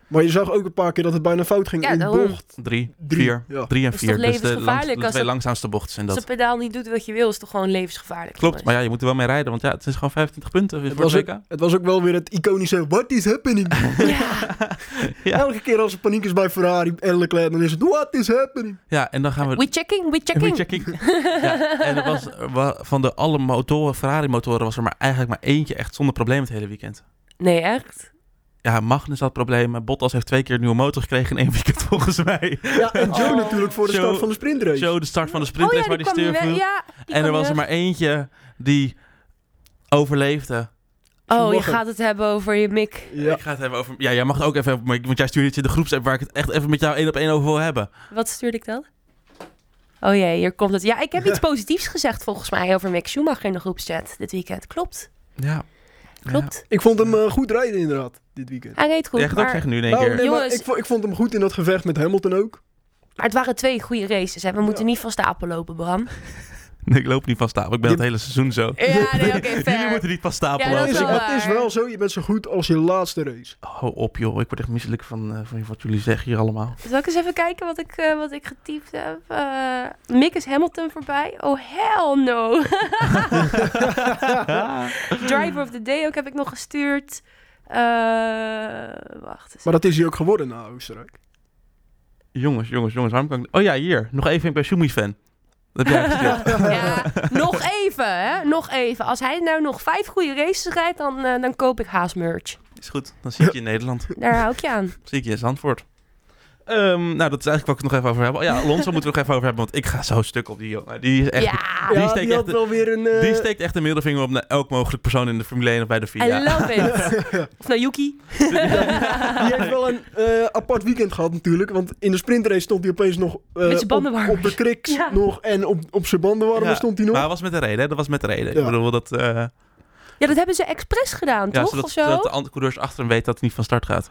S2: Maar je zag ook een paar keer dat het bijna fout ging
S3: Ja,
S2: in de
S3: daarom.
S2: bocht.
S1: drie,
S2: Drie,
S1: vier,
S2: ja.
S1: drie en
S3: Dat is
S1: vier.
S3: toch
S1: Dus de,
S3: levensgevaarlijk
S1: langs, de
S3: als
S1: twee
S3: het-
S1: langzaamste bochten zijn
S3: als een
S1: dat.
S3: pedaal niet doet wat je wil... is het toch gewoon levensgevaarlijk.
S1: Klopt, maar
S3: jongens.
S1: ja, je moet er wel mee rijden, want ja, het is gewoon 25 punten voor
S2: was
S1: het WK.
S2: Het was ook wel weer het iconische What is happening?
S3: ja.
S1: Ja.
S2: Elke keer als er paniek is bij Ferrari en Leclerc, dan is het What is happening?
S1: Ja, en dan gaan we...
S3: We checking, we checking.
S1: Rechecking. ja, en er was, er wa- van de alle motoren, Ferrari-motoren, was er maar eigenlijk maar eentje echt zonder probleem het hele weekend.
S3: Nee, echt?
S1: Ja, Magnus had problemen. Bottas heeft twee keer een nieuwe motor gekregen in één weekend, volgens mij.
S2: Ja, en Joe
S3: Oh.
S2: natuurlijk voor de
S1: Joe-
S2: start van de sprintrace.
S1: Zo, de start van de sprintrace waar die
S3: kwam
S1: stuur
S3: niet
S1: viel.
S3: weg. Ja, die
S1: en er
S3: kwam
S1: was
S3: niet
S1: er maar eentje die overleefde.
S3: weg. Oh, je
S2: Vanmorgen.
S3: gaat het hebben over je mik.
S2: Ja.
S1: Ik ga het hebben over... Ja, jij mag het ook even... over- Want jij stuurde iets in de groepsapp waar ik het echt even met jou één op één over wil hebben.
S3: Wat stuurde ik dan? Oh jee, hier komt het. Ja, ik heb iets positiefs gezegd volgens mij over Mick Schumacher in de groepschat dit weekend. Klopt,
S1: Ja.
S3: klopt.
S2: Ik vond hem eh, goed rijden inderdaad, dit weekend.
S3: Hij reed
S1: Ja.
S3: goed,
S1: Jij gaat het ook
S3: maar,
S1: zeggen nu in één
S2: Nou,
S1: keer.
S2: nee, maar
S3: Jongens.
S2: ik, vo- ik vond hem goed in dat gevecht met Hamilton ook.
S3: maar het waren twee goede races. Hè. We moeten niet van stapel lopen, Bram.
S1: Nee, ik loop niet van stapel. Ik ben
S2: Je-
S1: het hele seizoen zo.
S3: Ja, nee, oké,
S1: Jullie
S3: fair.
S1: moeten niet van stapel
S3: Ja, dat
S1: lopen.
S3: is
S2: Het
S3: wel
S2: het is
S3: waar.
S2: wel zo, je bent zo goed als je laatste race.
S1: Hou op joh, ik word echt misselijk van, eh, van wat jullie zeggen hier allemaal.
S3: Zal ik eens even kijken wat ik, eh, wat ik getypt heb? Eh, Mick is Hamilton voorbij. Oh, hell no. Driver of the day ook heb ik nog gestuurd. Eh, wacht eens.
S2: Maar dat is hij ook geworden na Oostenrijk.
S1: jongens, jongens, jongens, waarom kan ik... Oh ja, hier, nog even, ik ben Shumi-fan. Dat heb jij gestuurd.
S3: Ja, nog even, hè? Nog even. Als hij nou nog vijf goede races rijdt, dan, eh, dan koop ik Haas merch.
S1: Is goed, dan zie ik je in Nederland.
S3: Daar hou ik je aan.
S1: Zie ik je in Zandvoort. Ehm, nou, dat is eigenlijk wat ik het nog even over heb. Oh ja, Alonso moeten we nog even over hebben, want ik ga zo stuk op die jongen. Die, is echt,
S3: ja,
S1: Die
S2: ja,
S1: steekt
S2: die had
S1: echt-
S2: wel weer een... eh,
S1: die steekt echt de middelvinger op naar elk mogelijk persoon in de Formule 1 of bij de FIA.
S3: I love it. Of nou,
S2: Eh,
S3: Yuki.
S2: die heeft wel een eh, apart weekend gehad natuurlijk. Want in de sprintrace stond hij opeens nog... eh,
S3: zijn
S2: op-
S3: bandenwarmers.
S2: Op, de kriks
S3: Ja.
S2: nog en op, op zijn bandenwarmer
S1: Ja,
S2: stond hij nog.
S1: Maar dat was met de reden, hè? dat was met de reden. Ik
S2: Ja.
S1: bedoel, dat, eh,
S3: Ja, dat hebben ze expres gedaan,
S1: ja,
S3: toch?
S1: zodat,
S3: of zo?
S1: zodat de andere coureurs achter hem weten dat hij niet van start gaat.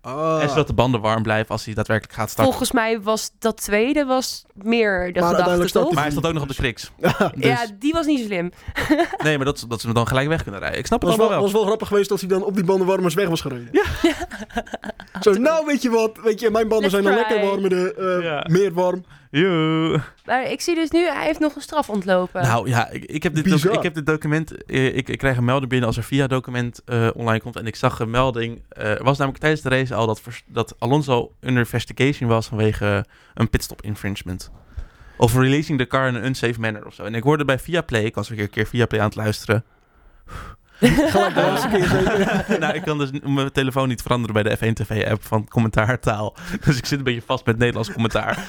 S2: Ah.
S1: En zodat de banden warm blijven als hij daadwerkelijk gaat starten.
S3: Volgens mij was dat tweede was meer de
S2: Maar
S3: gedachte,
S2: uiteindelijk staat
S3: toch?
S1: Maar hij stond ook nog op de
S2: dus-
S1: kriks. dus-
S3: Ja, die was niet zo slim.
S1: Nee, maar dat, dat ze hem dan gelijk weg kunnen rijden. Ik snap het
S2: was wel,
S1: allemaal wel.
S2: was wel grappig geweest als hij dan op die bandenwarmers weg was gereden. Ja. Zo, nou weet je wat, weet je, mijn banden
S3: Let's
S2: zijn al
S3: try.
S2: lekker warm, de, eh,
S1: Ja.
S2: meer warm.
S1: Yo.
S3: Maar ik zie dus nu, hij heeft nog een straf ontlopen.
S1: Nou ja, ik, ik, heb dit doc-
S2: Bizar.
S1: ik heb dit document. eh, Ik, ik krijg een melding binnen als er via document eh, online komt. En ik zag een melding. eh, Er was namelijk tijdens de race al dat, vers- dat Alonso under investigation was vanwege een pitstop infringement. Of releasing the car in an unsafe manner of zo. En ik hoorde bij Viaplay, ik was weer een keer Viaplay aan het luisteren.
S2: Gelijk de laatste keer zeker.
S1: nou, ik kan dus mijn telefoon niet veranderen bij de F1 TV-app van commentaartaal. Dus ik zit een beetje vast met Nederlands commentaar.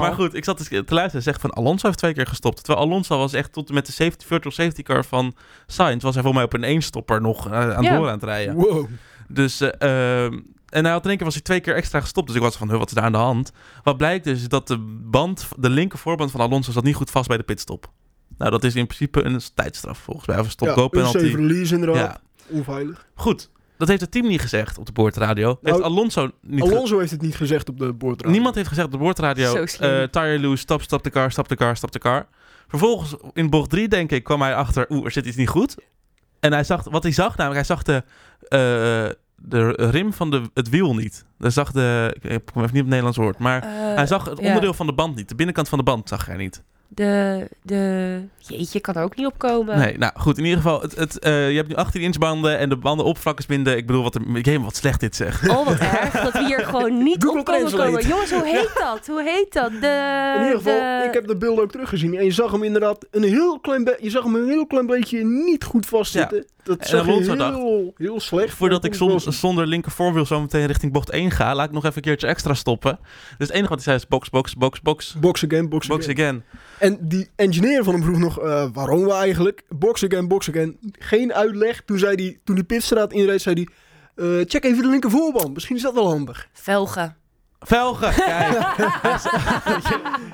S1: Maar goed, ik zat dus te luisteren en zegt van Alonso heeft twee keer gestopt. Terwijl Alonso was echt tot en met de safety, virtual safety car van Sainz... was hij volgens mij op een eenstopper nog eh, aan het
S3: Ja.
S1: door aan het rijden.
S2: Wow.
S1: Dus, eh, ehm, en hij had in één keer was hij twee keer extra gestopt. Dus ik was van, "Huh, wat is daar aan de hand? Wat blijkt dus is dat de band, de linker voorband van Alonso zat niet goed vast bij de pitstop. Nou, dat is in principe een tijdstraf volgens mij. Of een stopkoop
S2: ja,
S1: penalty.
S2: unsafe release inderdaad.
S1: Ja,
S2: Onveilig.
S1: goed. Dat heeft het team niet gezegd op de boordradio.
S2: Nou,
S1: heeft Alonso niet ge-
S2: Alonso heeft het niet gezegd op de boordradio.
S1: Niemand heeft gezegd op de boordradio,
S3: Zo slim.
S1: eh, tire loose, stap, stap de car, stap de car, stap de car. Vervolgens in bocht 3, denk ik, kwam hij achter, oeh, er zit iets niet goed. En hij zag, wat hij zag namelijk, hij zag de, eh, de rim van de, het wiel niet. Hij zag de, ik heb even niet op het Nederlands woord, maar
S3: Eh,
S1: hij zag het
S3: ja.
S1: onderdeel van de band niet. De binnenkant van de band zag hij niet.
S3: De, de... Jeetje, kan er ook niet opkomen.
S1: Nee, nou goed, in ieder geval, het, het, eh, je hebt nu 18 inch banden en de banden oppervlak is minder. Ik bedoel, wat, een- ik weet wat slecht dit zegt.
S3: Oh, wat erg dat we hier gewoon niet
S2: Google
S3: op konden
S2: Translate.
S3: komen. Jongens, hoe heet dat? Hoe heet dat? De,
S2: In ieder geval,
S3: Eh, de-
S2: ik heb de beelden ook teruggezien. En je zag hem inderdaad een heel klein, be- je zag hem een heel klein beetje niet goed vastzitten. Dat
S1: En
S2: zag je
S1: Alonso dacht,
S2: heel, heel slecht.
S1: Voordat
S2: Maar
S1: ik
S2: dat
S1: zon-
S2: was-
S1: zonder linker voorwiel zo meteen richting bocht 1 ga, laat ik nog even een keertje extra stoppen. Dus het enige wat hij zei is box, box, box, box.
S2: Box again, box,
S1: Box
S2: again.
S1: again.
S2: En die engineer van hem vroeg nog, eh, waarom we eigenlijk? Box again, box again. Geen uitleg. Toen zei die, toen die pitstraat inreed, zei hij... eh, check even de linker voorband. Misschien is dat wel handig.
S3: Velgen.
S1: Velgen. Kijk,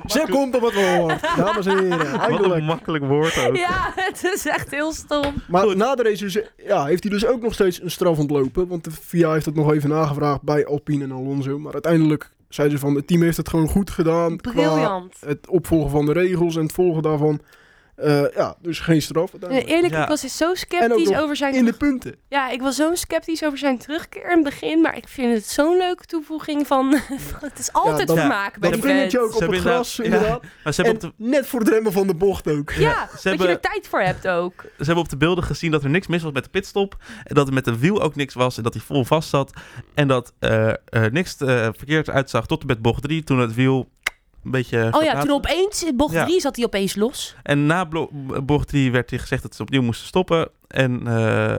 S2: Ze komt op het woord. Dames en heren,
S1: wat
S2: eindelijk.
S1: een makkelijk woord ook.
S3: Ja, het is echt heel stom.
S2: Maar
S1: Goed.
S2: na de race is- ja, heeft hij dus ook nog steeds een straf ontlopen. Want de VIA heeft dat nog even nagevraagd bij Alpine en Alonso. Maar uiteindelijk zeiden ze van het team heeft het gewoon goed gedaan. qua
S3: Briljant.
S2: Het opvolgen van de regels en het volgen daarvan. Eh, ja, dus geen straf.
S3: Nee,
S2: uiteindelijk.
S3: eerlijk,
S1: Ja.
S3: ik was dus zo
S2: En ook
S3: sceptisch
S2: nog
S3: over zijn...
S2: In de punten.
S3: Ja, ik was zo sceptisch over zijn terugkeer in het begin. Maar ik vind het zo'n leuke toevoeging van... het is
S2: Ja,
S3: altijd
S2: dat-
S3: vermaak bij
S2: Dat
S3: die
S2: vind
S3: vent.
S2: je ook op
S1: Ze
S2: het
S1: hebben
S2: gras
S1: inderdaad-
S2: inderdaad.
S1: Maar ze hebben,
S2: En
S1: op
S2: net voor de remmel van de bocht ook.
S3: Ja, dat
S1: hebben-
S3: je er tijd voor hebt ook.
S1: de, ze hebben op de beelden gezien dat er niks mis was met de pitstop. En dat er met de wiel ook niks was. En dat hij vol vast zat. En dat eh, eh, niks eh, verkeerd uitzag tot en met bocht 3. Toen het wiel een beetje...
S3: Oh ja,
S1: verplaatst-
S3: toen opeens, in bocht
S1: Ja.
S3: 3, zat hij opeens los.
S1: En na blo- bocht 3 werd hij gezegd dat ze opnieuw moesten stoppen. En eh,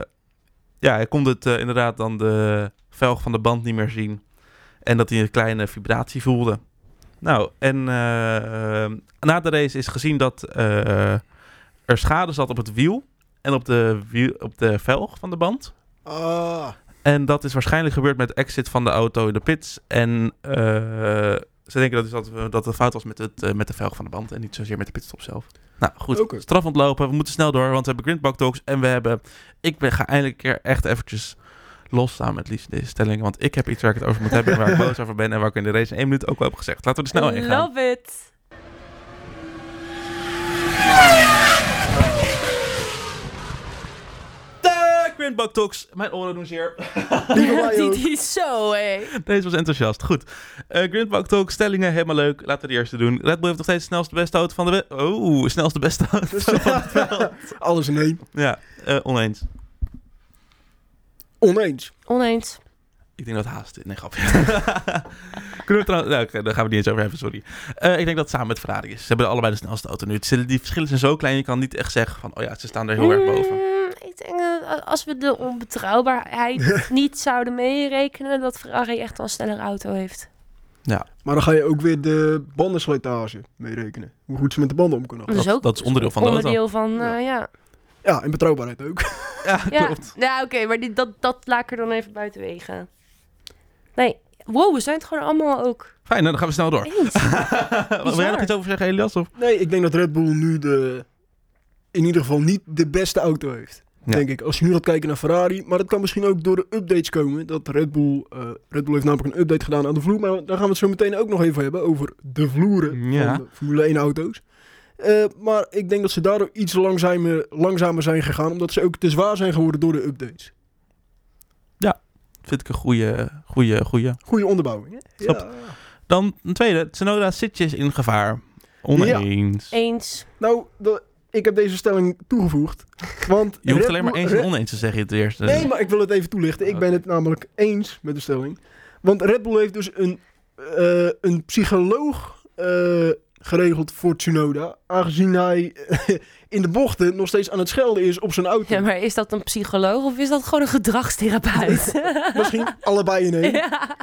S1: ja, hij kon het eh, inderdaad dan de velg van de band niet meer zien. En dat hij een kleine vibratie voelde. Nou, en eh, eh, na de race is gezien dat eh, er schade zat op het wiel en op de, wiel, op de velg van de band.
S2: Ah,
S1: En dat is waarschijnlijk gebeurd met de exit van de auto in de pits. En eh, ze denken dat, is dat, we- dat de fout was met, het, eh, met de velg van de band en niet zozeer met de pitstop zelf. Nou goed,
S2: Oké.
S1: straf ontlopen. We moeten snel door, want we hebben grindbak talks en we hebben... Ik ben, ga eindelijk een keer echt eventjes losstaan met liefst deze stelling. Want ik heb iets waar ik het over moet hebben, en waar ik boos over ben en waar ik in de race in één minuut ook wel heb gezegd. Laten we er snel heen gaan.
S3: Love it.
S1: De grindbak talks, mijn oren doen zeer.
S2: die van mij
S3: Die,
S2: ook.
S3: die is zo, hé.
S1: Deze was enthousiast. Goed. Eh Grindbak Talk, stellingen, helemaal leuk. Laten we de eerste doen. Red Bull heeft nog steeds snelst de beste auto van de... we- Oh, snelst de beste auto van het veld.
S2: Dus, Alles in één.
S1: Ja, eh, oneens.
S2: Oneens.
S3: Oneens.
S1: Ik denk dat haast... Nee, grapje. Kunnen we trouwens... Nou, oké, daar gaan we het niet eens over hebben, sorry. Eh, ik denk dat het samen met Ferrari is. Ze hebben allebei de snelste auto nu. Het zullen- Die verschillen zijn zo klein, je kan niet echt zeggen van... Oh ja, ze staan er heel erg boven.
S3: Mm, ik denk dat als we de onbetrouwbaarheid niet zouden meerekenen, dat Ferrari echt wel een snellere auto heeft.
S2: Maar dan ga je ook weer de bandenslijtage meerekenen. Hoe goed ze met de banden om kunnen gaan.
S3: Dat is ook
S1: dat is onderdeel van de auto.
S3: Onderdeel van,
S2: Ja.
S3: eh, ja.
S2: Ja, en betrouwbaarheid ook.
S1: Ja,
S3: Ja,
S1: klopt.
S3: ja oké, maar die, dat, dat laat ik er dan even buiten wegen. Nee, wow, we zijn het gewoon allemaal ook
S1: Fijn, nou, dan gaan we snel door.
S3: eens.
S1: Wil jij nog iets over zeggen, Elias? Of?
S2: Nee, ik denk dat Red Bull nu de, in ieder geval niet de beste auto heeft.
S1: Ja.
S2: Denk ik. Als je nu gaat kijken naar Ferrari. Maar dat kan misschien ook door de updates komen. Dat Red Bull, eh, Red Bull heeft namelijk een update gedaan aan de vloer. Maar daar gaan we het zo meteen ook nog even hebben. Over de vloeren
S1: Ja.
S2: van de Formule 1 auto's. Eh, maar ik denk dat ze daardoor iets langzamer, langzamer zijn gegaan. Omdat ze ook te zwaar zijn geworden door de updates.
S1: Vind ik een goede, goede, goede.
S2: Goede onderbouwing. Hè?
S1: Snap.
S2: Ja.
S1: Dan een tweede. Tsunoda Sitje is in gevaar. Oneens.
S3: Eens.
S2: Nou, de- ik heb deze stelling toegevoegd. Want
S1: Je hoeft
S2: Red
S1: alleen maar
S2: Bull-
S1: eens
S2: Red-
S1: en oneens te zeggen in het eerste.
S2: Nee, maar ik wil het even toelichten. Ik ben
S1: Oké.
S2: het namelijk eens met de stelling. Want Red Bull heeft dus een, eh, een psycholoog eh, geregeld voor Tsunoda. Aangezien hij eh, in de bochten nog steeds aan het schelden is op zijn auto.
S3: Ja, maar is dat een psycholoog of is dat gewoon een gedragstherapeut?
S2: Misschien allebei in één.
S3: ja.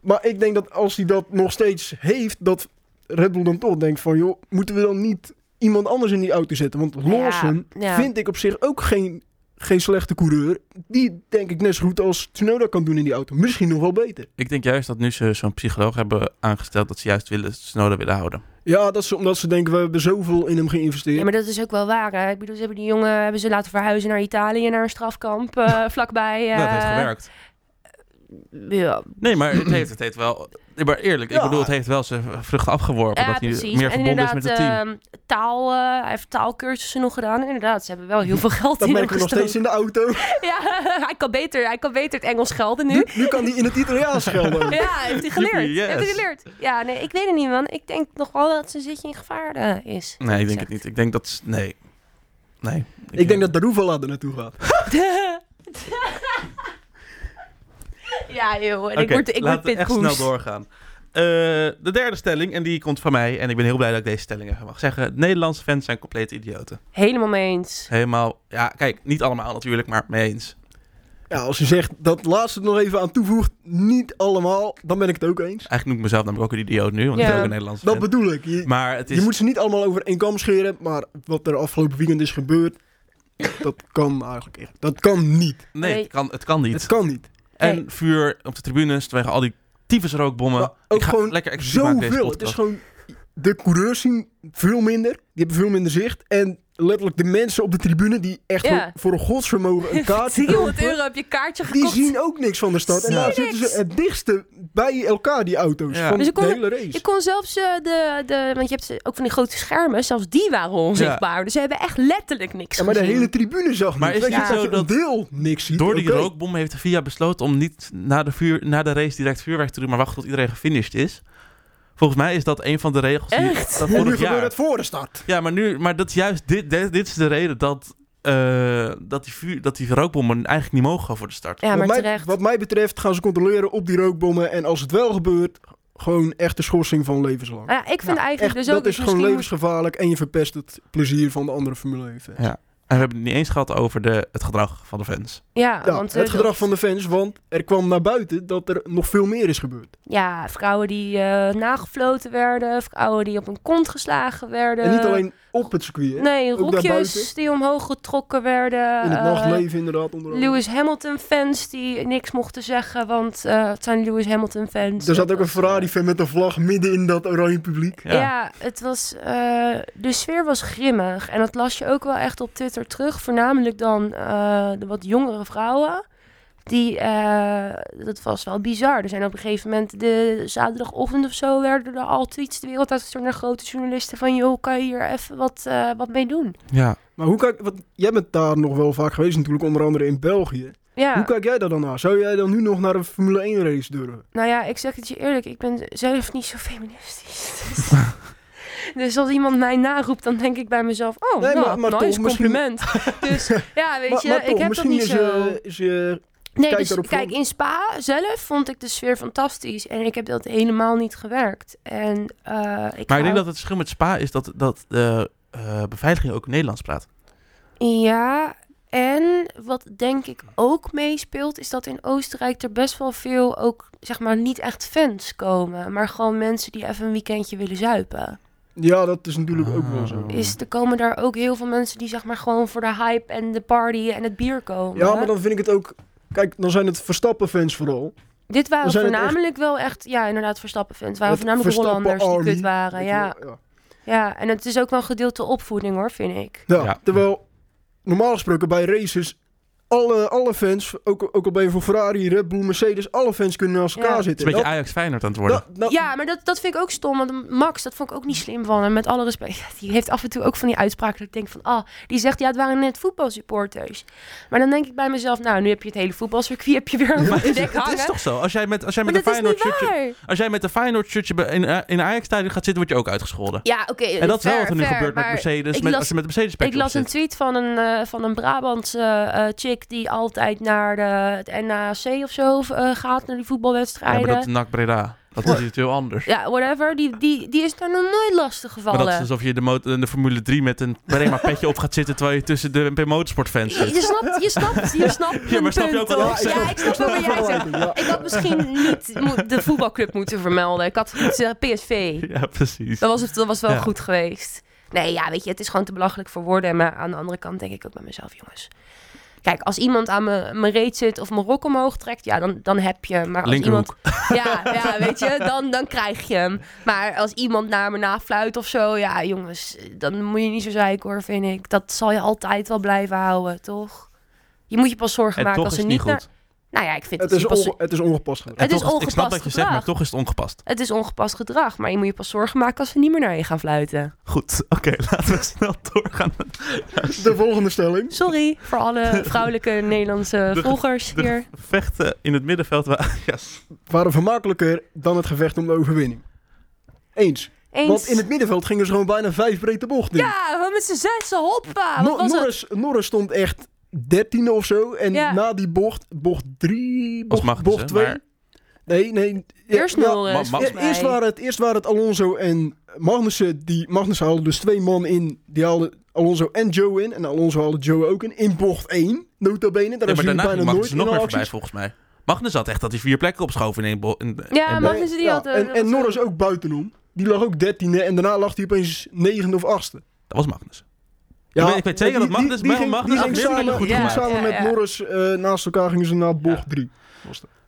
S2: Maar ik denk dat als hij dat nog steeds heeft, dat Red Bull dan toch denkt van... joh, moeten we dan niet iemand anders in die auto zetten? Want Lawson
S3: ja.
S2: vind ik op zich ook geen, geen slechte coureur. Die denk ik net zo goed als Tsunoda kan doen in die auto. Misschien nog wel beter.
S1: Ik denk juist dat nu ze zo'n psycholoog hebben aangesteld dat ze juist willen, Tsunoda willen houden.
S2: Ja, dat is omdat ze denken, we hebben zoveel in hem geïnvesteerd.
S3: Ja, maar dat is ook wel waar. Hè? Ik bedoel, ze hebben die jongen hebben ze laten verhuizen naar Italië, naar een strafkamp eh, vlakbij.
S1: Ja, dat heeft
S3: eh,
S1: gewerkt.
S3: Ja,
S1: Nee, maar het heeft, het heeft wel... Nee, maar eerlijk, ik
S2: Ja.
S1: bedoel, het heeft wel zijn vruchten afgeworpen.
S3: ja
S1: dat hij
S3: precies.
S1: meer
S3: en
S1: verbonden is
S3: inderdaad,
S1: met het team.
S3: ehm, taal, eh, hij heeft taalkursussen nog gedaan. Inderdaad, ze hebben wel heel veel geld
S2: dat
S3: in hem
S2: merken we nog steeds
S3: gestoken.
S2: in de auto.
S3: Ja, hij kan, beter, hij kan beter het Engels schelden nu.
S2: Nu, nu kan hij in het Italiaans schelden.
S3: Ja, heeft hij geleerd.
S1: Joepie, yes.
S3: Heeft hij geleerd. Ja, nee, ik weet het niet, man. Ik denk nog wel dat zijn zitje in gevaar eh, is.
S1: Nee, ik denk het niet. Ik denk dat... ze- Nee. Nee.
S2: Ik denk dat Daruvala er naartoe gaat.
S3: ja, joh. En ik
S1: Oké,
S3: word, ik word
S1: laten we echt snel
S3: pitpoes.
S1: doorgaan. Eh, de derde stelling, en die komt van mij. En ik ben heel blij dat ik deze stelling even mag zeggen. Nederlandse fans zijn complete idioten.
S3: Helemaal mee eens.
S1: Helemaal... Ja, kijk, niet allemaal natuurlijk, maar mee eens.
S2: Ja, als je zegt dat laatste er nog even aan toevoegt, niet allemaal, dan ben ik het ook eens.
S1: Eigenlijk noem ik mezelf namelijk ook een idioot nu, want ik
S3: Ja.
S1: ben ook een Nederlandse
S2: Dat
S1: fan.
S2: bedoel ik. Je,
S1: Maar het is...
S2: je moet ze niet allemaal over één kam scheren, maar wat er afgelopen weekend is gebeurd, dat kan eigenlijk echt. Dat kan niet.
S1: Nee,
S3: Nee.
S1: het kan, het kan niet.
S2: Het kan niet.
S1: En
S3: Nee.
S1: vuur op de tribunes vanwege al die tyfusrookbommen.
S2: Maar
S1: rookbommen.
S2: ook gewoon
S1: lekker expliciet maken deze
S2: Zoveel. Het
S1: podcast.
S2: is gewoon, de coureurs zien veel minder, die hebben veel minder zicht. En letterlijk de mensen op de tribune die echt
S3: Ja.
S2: voor, voor een godsvermogen een kaartje
S3: 300
S2: kopen,
S3: euro heb je kaartje
S2: Die
S3: gekocht.
S2: zien ook niks van de stad. En
S1: Nee.
S2: daar zitten ze het dichtste bij elkaar, die auto's.
S1: Ja.
S2: Van
S3: Dus je kon-
S2: de hele
S3: Je
S2: race.
S3: kon zelfs eh, de, de... Want je hebt ze- ook van die grote schermen. Zelfs die waren onzichtbaar. Dus ze hebben echt letterlijk niks
S2: Ja, maar de
S3: gezien.
S2: hele tribune zag
S1: Maar
S2: niks.
S1: is
S2: Weet
S1: het
S2: je,
S1: zo
S2: als je een
S1: dat
S2: deel niks ziet.
S1: Door die
S2: oké.
S1: rookbom heeft de VIA besloten om niet na de, vuur, na de race direct vuurwerk te doen, maar wachten tot iedereen gefinished is. Volgens mij is dat een van de regels die
S3: Echt?
S1: dat
S2: En nu
S1: vorig
S2: gebeurt
S1: jaar.
S2: het voor de start.
S1: Ja, maar nu, maar dat is juist dit, dit, dit is de reden dat, eh, dat, die vuur, dat die rookbommen eigenlijk niet mogen voor de start.
S3: Ja, maar
S2: wat, mij,
S3: terecht.
S2: wat mij betreft gaan ze controleren op die rookbommen. En als het wel gebeurt, gewoon echt de schorsing van levenslang.
S3: Nou ja, ik vind
S2: Nou,
S3: eigenlijk
S2: echt,
S3: dus ook...
S2: dat is
S3: dus
S2: gewoon
S3: misschien
S2: levensgevaarlijk. En je verpest het plezier van de andere Formule 1 fans.
S1: Ja. En we hebben het niet eens gehad over de, het gedrag van de fans.
S3: moet- Ja,
S2: Ja,
S3: want... eh,
S2: het gedrag van de fans, want er kwam naar buiten dat er nog veel meer is gebeurd.
S3: Ja, vrouwen die eh, nagefloten werden. Vrouwen die op hun kont geslagen werden.
S2: En niet alleen op het circuit, hè.
S3: Nee,
S2: ook daarbuiten.
S3: rokjes die omhoog getrokken werden.
S2: in het
S3: eh,
S2: nachtleven inderdaad. Onder andere.
S3: Lewis Hamilton fans die niks mochten zeggen, want eh, het zijn Lewis Hamilton fans. eh,
S2: Er zat ook een
S3: Ferrari.
S2: Ferrari-fan met een vlag midden in dat oranje publiek.
S3: Ja. het was. eh, de sfeer was grimmig. En dat las je ook wel echt op Twitter terug. Voornamelijk dan eh, de wat jongere vrouwen. Die, eh, dat was wel bizar. Er zijn op een gegeven moment, de zaterdagochtend of zo, werden er al tweets de wereld uitgestuurd naar grote journalisten. Van joh, kan je hier even wat, eh, wat mee doen?
S1: ja.
S2: Maar hoe kijk, want jij bent daar nog wel vaak geweest natuurlijk, onder andere in België.
S3: Ja.
S2: Hoe kijk jij daar dan naar? Zou jij dan nu nog naar een Formule 1 race durven?
S3: Nou ja, ik zeg het je eerlijk, ik ben zelf niet zo feministisch. Dus, dus als iemand mij naroept, dan denk ik bij mezelf, oh,
S2: Nee,
S3: nou,
S2: maar- maar
S3: nice
S2: toch, misschien-
S3: compliment. Dus ja, weet
S2: maar,
S3: je,
S2: maar
S3: ik
S2: toch,
S3: heb dat
S2: misschien
S3: niet
S2: is,
S3: zo...
S2: je, is eh, je...
S3: Nee,
S2: kijk
S3: dus
S2: daarop
S3: kijk,
S2: van-
S3: in Spa zelf vond ik de sfeer fantastisch en ik heb dat helemaal niet gewerkt. En, eh, ik
S1: Maar ik
S3: hou-
S1: denk dat het verschil met Spa is dat, dat de eh, beveiliging ook Nederlands praat.
S3: Ja, en wat denk ik ook meespeelt, is dat in Oostenrijk er best wel veel ook, zeg maar, niet echt fans komen. Maar gewoon mensen die even een weekendje willen zuipen.
S2: Ja, dat is natuurlijk ook wel zo.
S1: Ah.
S3: is, er komen daar ook heel veel mensen die zeg maar gewoon voor de hype en de party en het bier komen.
S2: Ja, maar dan vind ik het ook... Kijk, dan zijn het Verstappen-fans vooral.
S3: Dit waren
S2: dan zijn het
S3: voornamelijk wel echt, ja inderdaad Verstappen fans. Het waren
S2: Het
S3: voornamelijk
S2: Verstappen
S3: Hollanders die
S2: army,
S3: kut waren.
S2: Weet je
S3: Ja.
S2: wel, ja.
S3: ja, en het is ook wel een gedeelte opvoeding hoor, vind ik.
S2: Ja,
S1: Ja.
S2: terwijl normaal gesproken bij races alle, alle fans, ook, ook al ben je voor Ferrari, Red Bull, Mercedes, alle fans kunnen naast
S3: Ja.
S2: elkaar
S1: Het is
S2: zitten.
S1: een beetje Ajax Feyenoord aan het worden.
S2: Dat- dat- dat-
S3: ja, maar dat, dat vind ik ook stom. Want Max, dat vond ik ook niet slim van hem. Met alle respect. Ja, Die heeft af en toe ook van die uitspraken dat ik denk van... Ah, die zegt, ja, het waren net voetbalsupporters. Maar dan denk ik bij mezelf... Nou, nu heb je het hele voetbalcircuit heb je weer aan de dek
S1: Het is
S3: hangen.
S1: toch zo? Als jij met, als jij
S3: Maar
S1: met een
S3: dat is
S1: Feyenoord
S3: niet
S1: shirtje,
S3: waar.
S1: als jij met een Feyenoord shirtje bij- in, eh, in Ajax stadion gaat zitten, word je ook uitgescholden.
S3: Ja, oké.
S1: en dat is wel
S3: fair,
S1: wat er nu
S3: fair,
S1: gebeurt met
S3: maar-
S1: Mercedes,
S3: ik
S1: met,
S3: las-
S1: als je met de Mercedes
S3: Ik las een tweet van een, eh, van een Brabantse eh, chick die altijd naar de, het NAC of zo eh, gaat, naar die
S1: Ja,
S3: voetbalwedstrijden.
S1: maar dat is NAC Breda. Dat is iets heel anders.
S3: Ja, whatever. Die, die, die is daar nog nooit lastig
S1: Maar
S3: gevallen.
S1: dat is dus alsof je de, motor, de Formule 3 met een Prema petje op gaat zitten terwijl je tussen de MP Motorsportfans
S3: je,
S1: zit.
S3: je snapt, je snapt, je snapt
S1: Ja,
S3: mijn
S1: maar snap je
S3: punt,
S1: ook wat ik
S3: hoor.
S1: zeg?
S3: Ja, ik snap wel wat jij zegt. Ik had misschien niet mo- de voetbalclub moeten vermelden. Ik had eh, goed zeggen PSV.
S1: Ja, precies.
S3: Dat was, het, dat was wel
S1: Ja.
S3: goed geweest. Nee, ja, weet je, het is gewoon te belachelijk voor woorden. Maar aan de andere kant denk ik ook bij mezelf, jongens. Kijk, als iemand aan mijn mijn reet zit of mijn rok omhoog trekt, ja, dan, dan heb je. hem. Maar als iemand,
S1: Linkerhoek.
S3: ja, ja, weet je, dan, dan krijg je hem. Maar als iemand naar me nafluit of zo, ja, jongens, dan moet je niet zo zeiken hoor, vind ik. Dat zal je altijd wel blijven houden, toch? Je moet je pas zorgen
S1: En
S3: maken
S1: toch
S3: als
S1: is
S3: ze
S1: het
S3: niet
S1: niet
S3: naar.
S1: goed.
S3: Nou ja, ik vind
S2: het,
S3: dat
S2: is
S3: je pas-
S2: onge- het is ongepast.
S1: En
S3: het is
S1: toch ik snap dat je
S3: ongepast
S1: zegt, maar
S3: gedrag.
S1: toch is het ongepast.
S3: het is ongepast gedrag, maar je moet je pas zorgen maken als ze niet meer naar je gaan fluiten.
S1: Goed, oké, laten we snel doorgaan.
S2: De volgende stelling.
S3: Sorry voor alle vrouwelijke Nederlandse
S1: De-
S3: volgers
S1: de-
S3: hier.
S1: Vechten in het middenveld. wa- Yes.
S2: Waren vermakelijker dan het gevecht om de overwinning. Eens.
S3: Eens.
S2: Want in het middenveld gingen ze gewoon bijna vijf breed de bocht in.
S3: Ja, we met z'n zessen, hoppa!
S2: No-
S3: Wat was het?
S2: Norris, Norris stond echt dertiende of zo. En
S3: Ja.
S2: na die bocht, bocht drie,
S1: Als
S2: bocht,
S1: mag
S2: bocht twee.
S1: maar
S2: Nee, nee. ja,
S3: Eerst
S2: ja,
S3: nul.
S1: Ma- Ma-
S2: Ja, eerst, waren het, eerst waren het Alonso en Magnussen. Die, Magnussen haalde dus twee man in. Die haalden Alonso en Joe in. En Alonso haalde Joe ook in. In bocht 1, nota bene. Daar
S1: Ja, maar
S2: hebben
S1: daarna
S2: ze bijna
S1: ging Magnus
S2: nooit
S1: er
S2: in
S1: nog
S2: alle
S1: weer
S2: acties.
S1: voorbij, volgens mij. Magnus had echt dat hij vier plekken opschoof in één bol. in- in-
S3: Ja,
S1: in-
S3: maar- Magnussen die had, eh,
S2: en, en
S3: dat-
S2: Norris ook buitenom. Die lag ook dertiende. En daarna lag hij opeens negende of achtste.
S1: Dat was Magnus. Ik weet- ik weet zeker
S2: die-
S1: dat Magnus-
S2: die- die
S1: Magnus
S2: ging-
S1: had
S2: die
S1: weer
S2: ging
S1: een hele
S2: samen-
S1: goede
S2: die ging
S3: gemaakt.
S2: samen
S3: Ja,
S2: met
S3: ja.
S2: Norris eh, naast elkaar gingen ze naar bocht
S1: Ja.
S2: 3.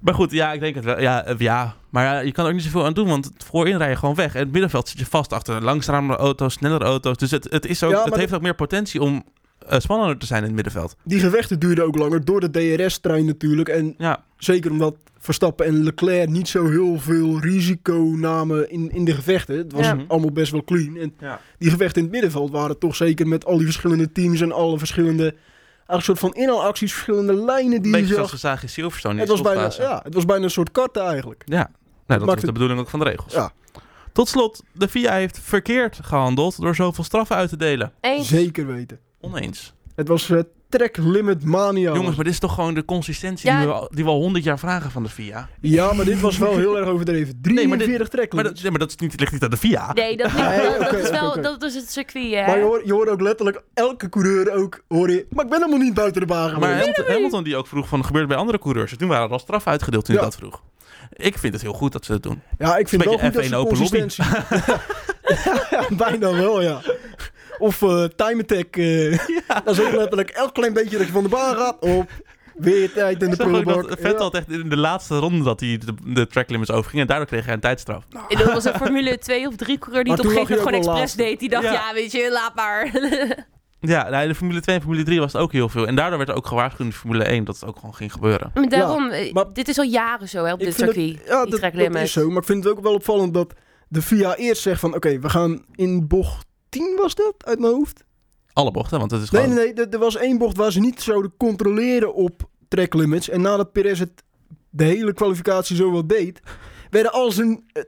S1: Maar goed, ja, ik denk het wel. Ja, eh, ja. maar ja, je kan er ook niet zoveel aan doen, want voorin rij je gewoon weg. En het middenveld zit je vast achter langzamere auto's, snellere auto's. Dus het, het, is ook,
S2: Ja, maar
S1: het heeft
S2: dat-
S1: ook meer potentie om eh, spannender te zijn in het middenveld.
S2: Die gevechten duurden ook langer door de DRS-trein natuurlijk. En
S1: Ja,
S2: zeker omdat Verstappen en Leclerc niet zo heel veel risico namen in, in de gevechten. Het was
S1: Ja.
S2: allemaal best wel clean. En
S1: Ja.
S2: die gevechten in het middenveld waren toch zeker met al die verschillende teams en alle verschillende... Een soort van inhaalacties, verschillende lijnen
S1: een
S2: die je
S1: beetje zoals
S2: zag.
S1: we zagen in Silverstone in
S2: Het
S1: de
S2: was, bijna,
S1: slotfase.
S2: ja, het was bijna een soort karten eigenlijk.
S1: Ja, nou, dat
S2: maakt
S1: is de
S2: het-
S1: bedoeling ook van de regels.
S2: Ja.
S1: Tot slot, de VIA heeft verkeerd gehandeld door zoveel straffen uit te delen.
S3: Eens.
S2: Zeker weten.
S1: Oneens.
S2: Het was eh, track limit mania.
S1: Jongens, maar dit is toch gewoon de consistentie
S3: Ja.
S1: die, we al, die we al 100 jaar vragen van de VIA.
S2: Ja, maar dit was wel heel erg overdreven.
S1: Nee, maar dit-
S2: 43 track
S1: Maar
S2: limits.
S1: dat, ja, maar dat is niet, ligt niet aan de VIA.
S3: Nee, dat, niet,
S2: Nee,
S3: dat, dat
S2: oké,
S3: is
S2: oké,
S3: wel
S2: oké.
S3: dat is het circuit, hè?
S2: Maar je hoort, je hoort ook letterlijk elke coureur ook hoor je, maar ik ben helemaal niet buiten de baan
S1: Maar
S2: geweest.
S1: Hamilton, Hamilton die ook vroeg van gebeurt bij andere coureurs. En Toen waren er al straffen uitgedeeld toen
S2: Ja.
S1: hij dat vroeg. Ik vind het heel goed dat ze dat doen.
S2: ja, ik vind
S1: Een
S2: wel
S1: beetje
S2: goed dat
S1: F1
S2: ze
S1: open lobby.
S2: consistentie... ja, bijna wel, ja. Of eh time attack. eh, Dat is ook letterlijk elk klein beetje dat je van de baan gaat op. Weer tijd in
S1: Ik
S2: de
S1: zag ook
S2: prullenbak.
S1: dat Vettel echt in de laatste ronde dat hij de, de track limits overging. En daardoor kreeg hij een tijdstraf.
S2: Nou.
S3: En dat was een Formule 2 of 3 coureur die
S2: Maar
S3: het op een
S2: toen
S3: gegeven
S2: lag
S3: moment
S2: hij ook
S3: gewoon expres
S2: wel
S3: deed. Die dacht, ja.
S1: Ja.
S3: weet je, laat maar.
S1: Ja, nou, in de Formule 2 en Formule 3 was het ook heel veel. En daardoor werd er ook gewaarschuwd in de Formule 1 dat het ook gewoon ging gebeuren.
S3: Maar Daarom, eh,
S2: maar-
S3: dit is al jaren zo hè, op
S2: Ik
S3: dit
S2: vind het-
S3: circuit,
S2: ja,
S3: die
S2: dat,
S3: track
S2: dat
S3: limit.
S2: is zo. Maar ik vind het ook wel opvallend dat de VIA eerst zegt van... Oké, we gaan in bocht 10 was dat uit mijn hoofd?
S1: Alle bochten, want het is
S2: Nee,
S1: gewoon...
S2: nee, nee. Er- Er was één bocht waar ze niet zouden controleren op track limits. En nadat Perez het de hele kwalificatie zo wat deed, werden al zijn. eh,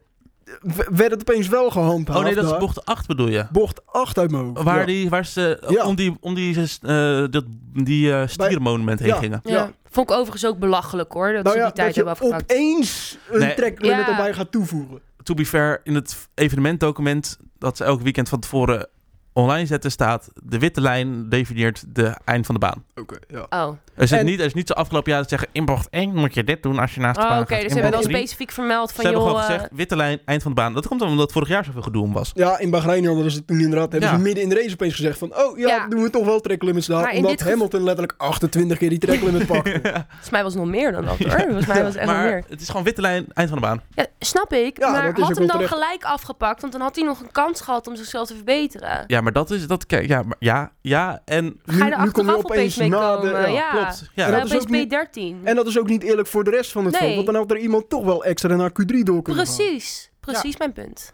S2: w- werd het opeens wel gehandhaafd.
S1: Oh nee, dat is
S2: daar.
S1: bocht 8 bedoel je?
S2: bocht 8 uit mijn hoofd.
S1: Waar,
S2: ja.
S1: die, waar ze
S2: Ja.
S1: om die, om die, eh, dat, die eh, stiermonument heen
S2: Ja.
S1: gingen.
S3: ja.
S2: ja.
S3: Vond ik overigens ook belachelijk hoor, dat
S2: Nou
S3: ze
S2: ja,
S3: die tijd
S2: dat je
S3: hebben afgepakt.
S2: opeens een
S1: Nee.
S2: track limit
S3: Ja.
S2: erbij gaat toevoegen.
S1: To be fair, in het evenementdocument dat ze elk weekend van tevoren online zetten staat... de witte lijn definieert de eind van de baan.
S2: Oké, ja.
S3: Oh,
S1: Er zit,
S2: En-
S1: niet, er is niet zo afgelopen jaar dat ze zeggen... in bocht 1 moet je dit doen als je naast de
S3: Oh,
S1: baan
S3: oké,
S1: gaat.
S3: dus
S1: In
S3: ze hebben wel
S1: bocht drie-
S3: specifiek vermeld
S1: Ze
S3: van,
S1: hebben
S3: joh...
S1: gewoon
S3: eh,
S1: gezegd, witte lijn, eind van de baan. Dat komt omdat vorig jaar zoveel gedoe om was.
S2: Ja, in Bahrein hadden ze toen inderdaad hebben
S1: Ja.
S2: ze midden in de race opeens gezegd van... Oh ja,
S3: Ja.
S2: doen we toch wel track limits daar.
S3: Maar in dit
S2: omdat
S3: geval-
S2: Hamilton letterlijk 28 keer die track limit pakte.
S3: Volgens mij was het nog meer dan dat hoor. Volgens mij was het echt nog meer.
S1: Maar het is gewoon witte lijn, eind van de baan.
S3: Ja, snap ik,
S2: Ja,
S3: maar
S2: dat is
S3: had
S2: ook
S3: hem dan
S2: wel terecht.
S3: gelijk afgepakt, want dan had hij nog een kans gehad om zichzelf te verbeteren.
S1: Ja, maar dat is... Dat, kijk, ja, maar, ja, ja, en...
S3: Ga je
S2: nu
S3: er
S2: kom je
S3: achteraf
S2: opeens
S3: opeens mee
S2: na de-
S3: komen?
S2: ja,
S3: ja,
S1: Klopt. Ja,
S2: dat
S3: En
S1: dat,
S2: is
S3: opeens
S2: ook niet-
S3: B13.
S2: En dat is ook niet eerlijk voor de rest van het
S3: Nee.
S2: veld. Want dan had er iemand toch wel extra naar Q3 door kunnen gaan.
S3: Precies, precies mijn punt.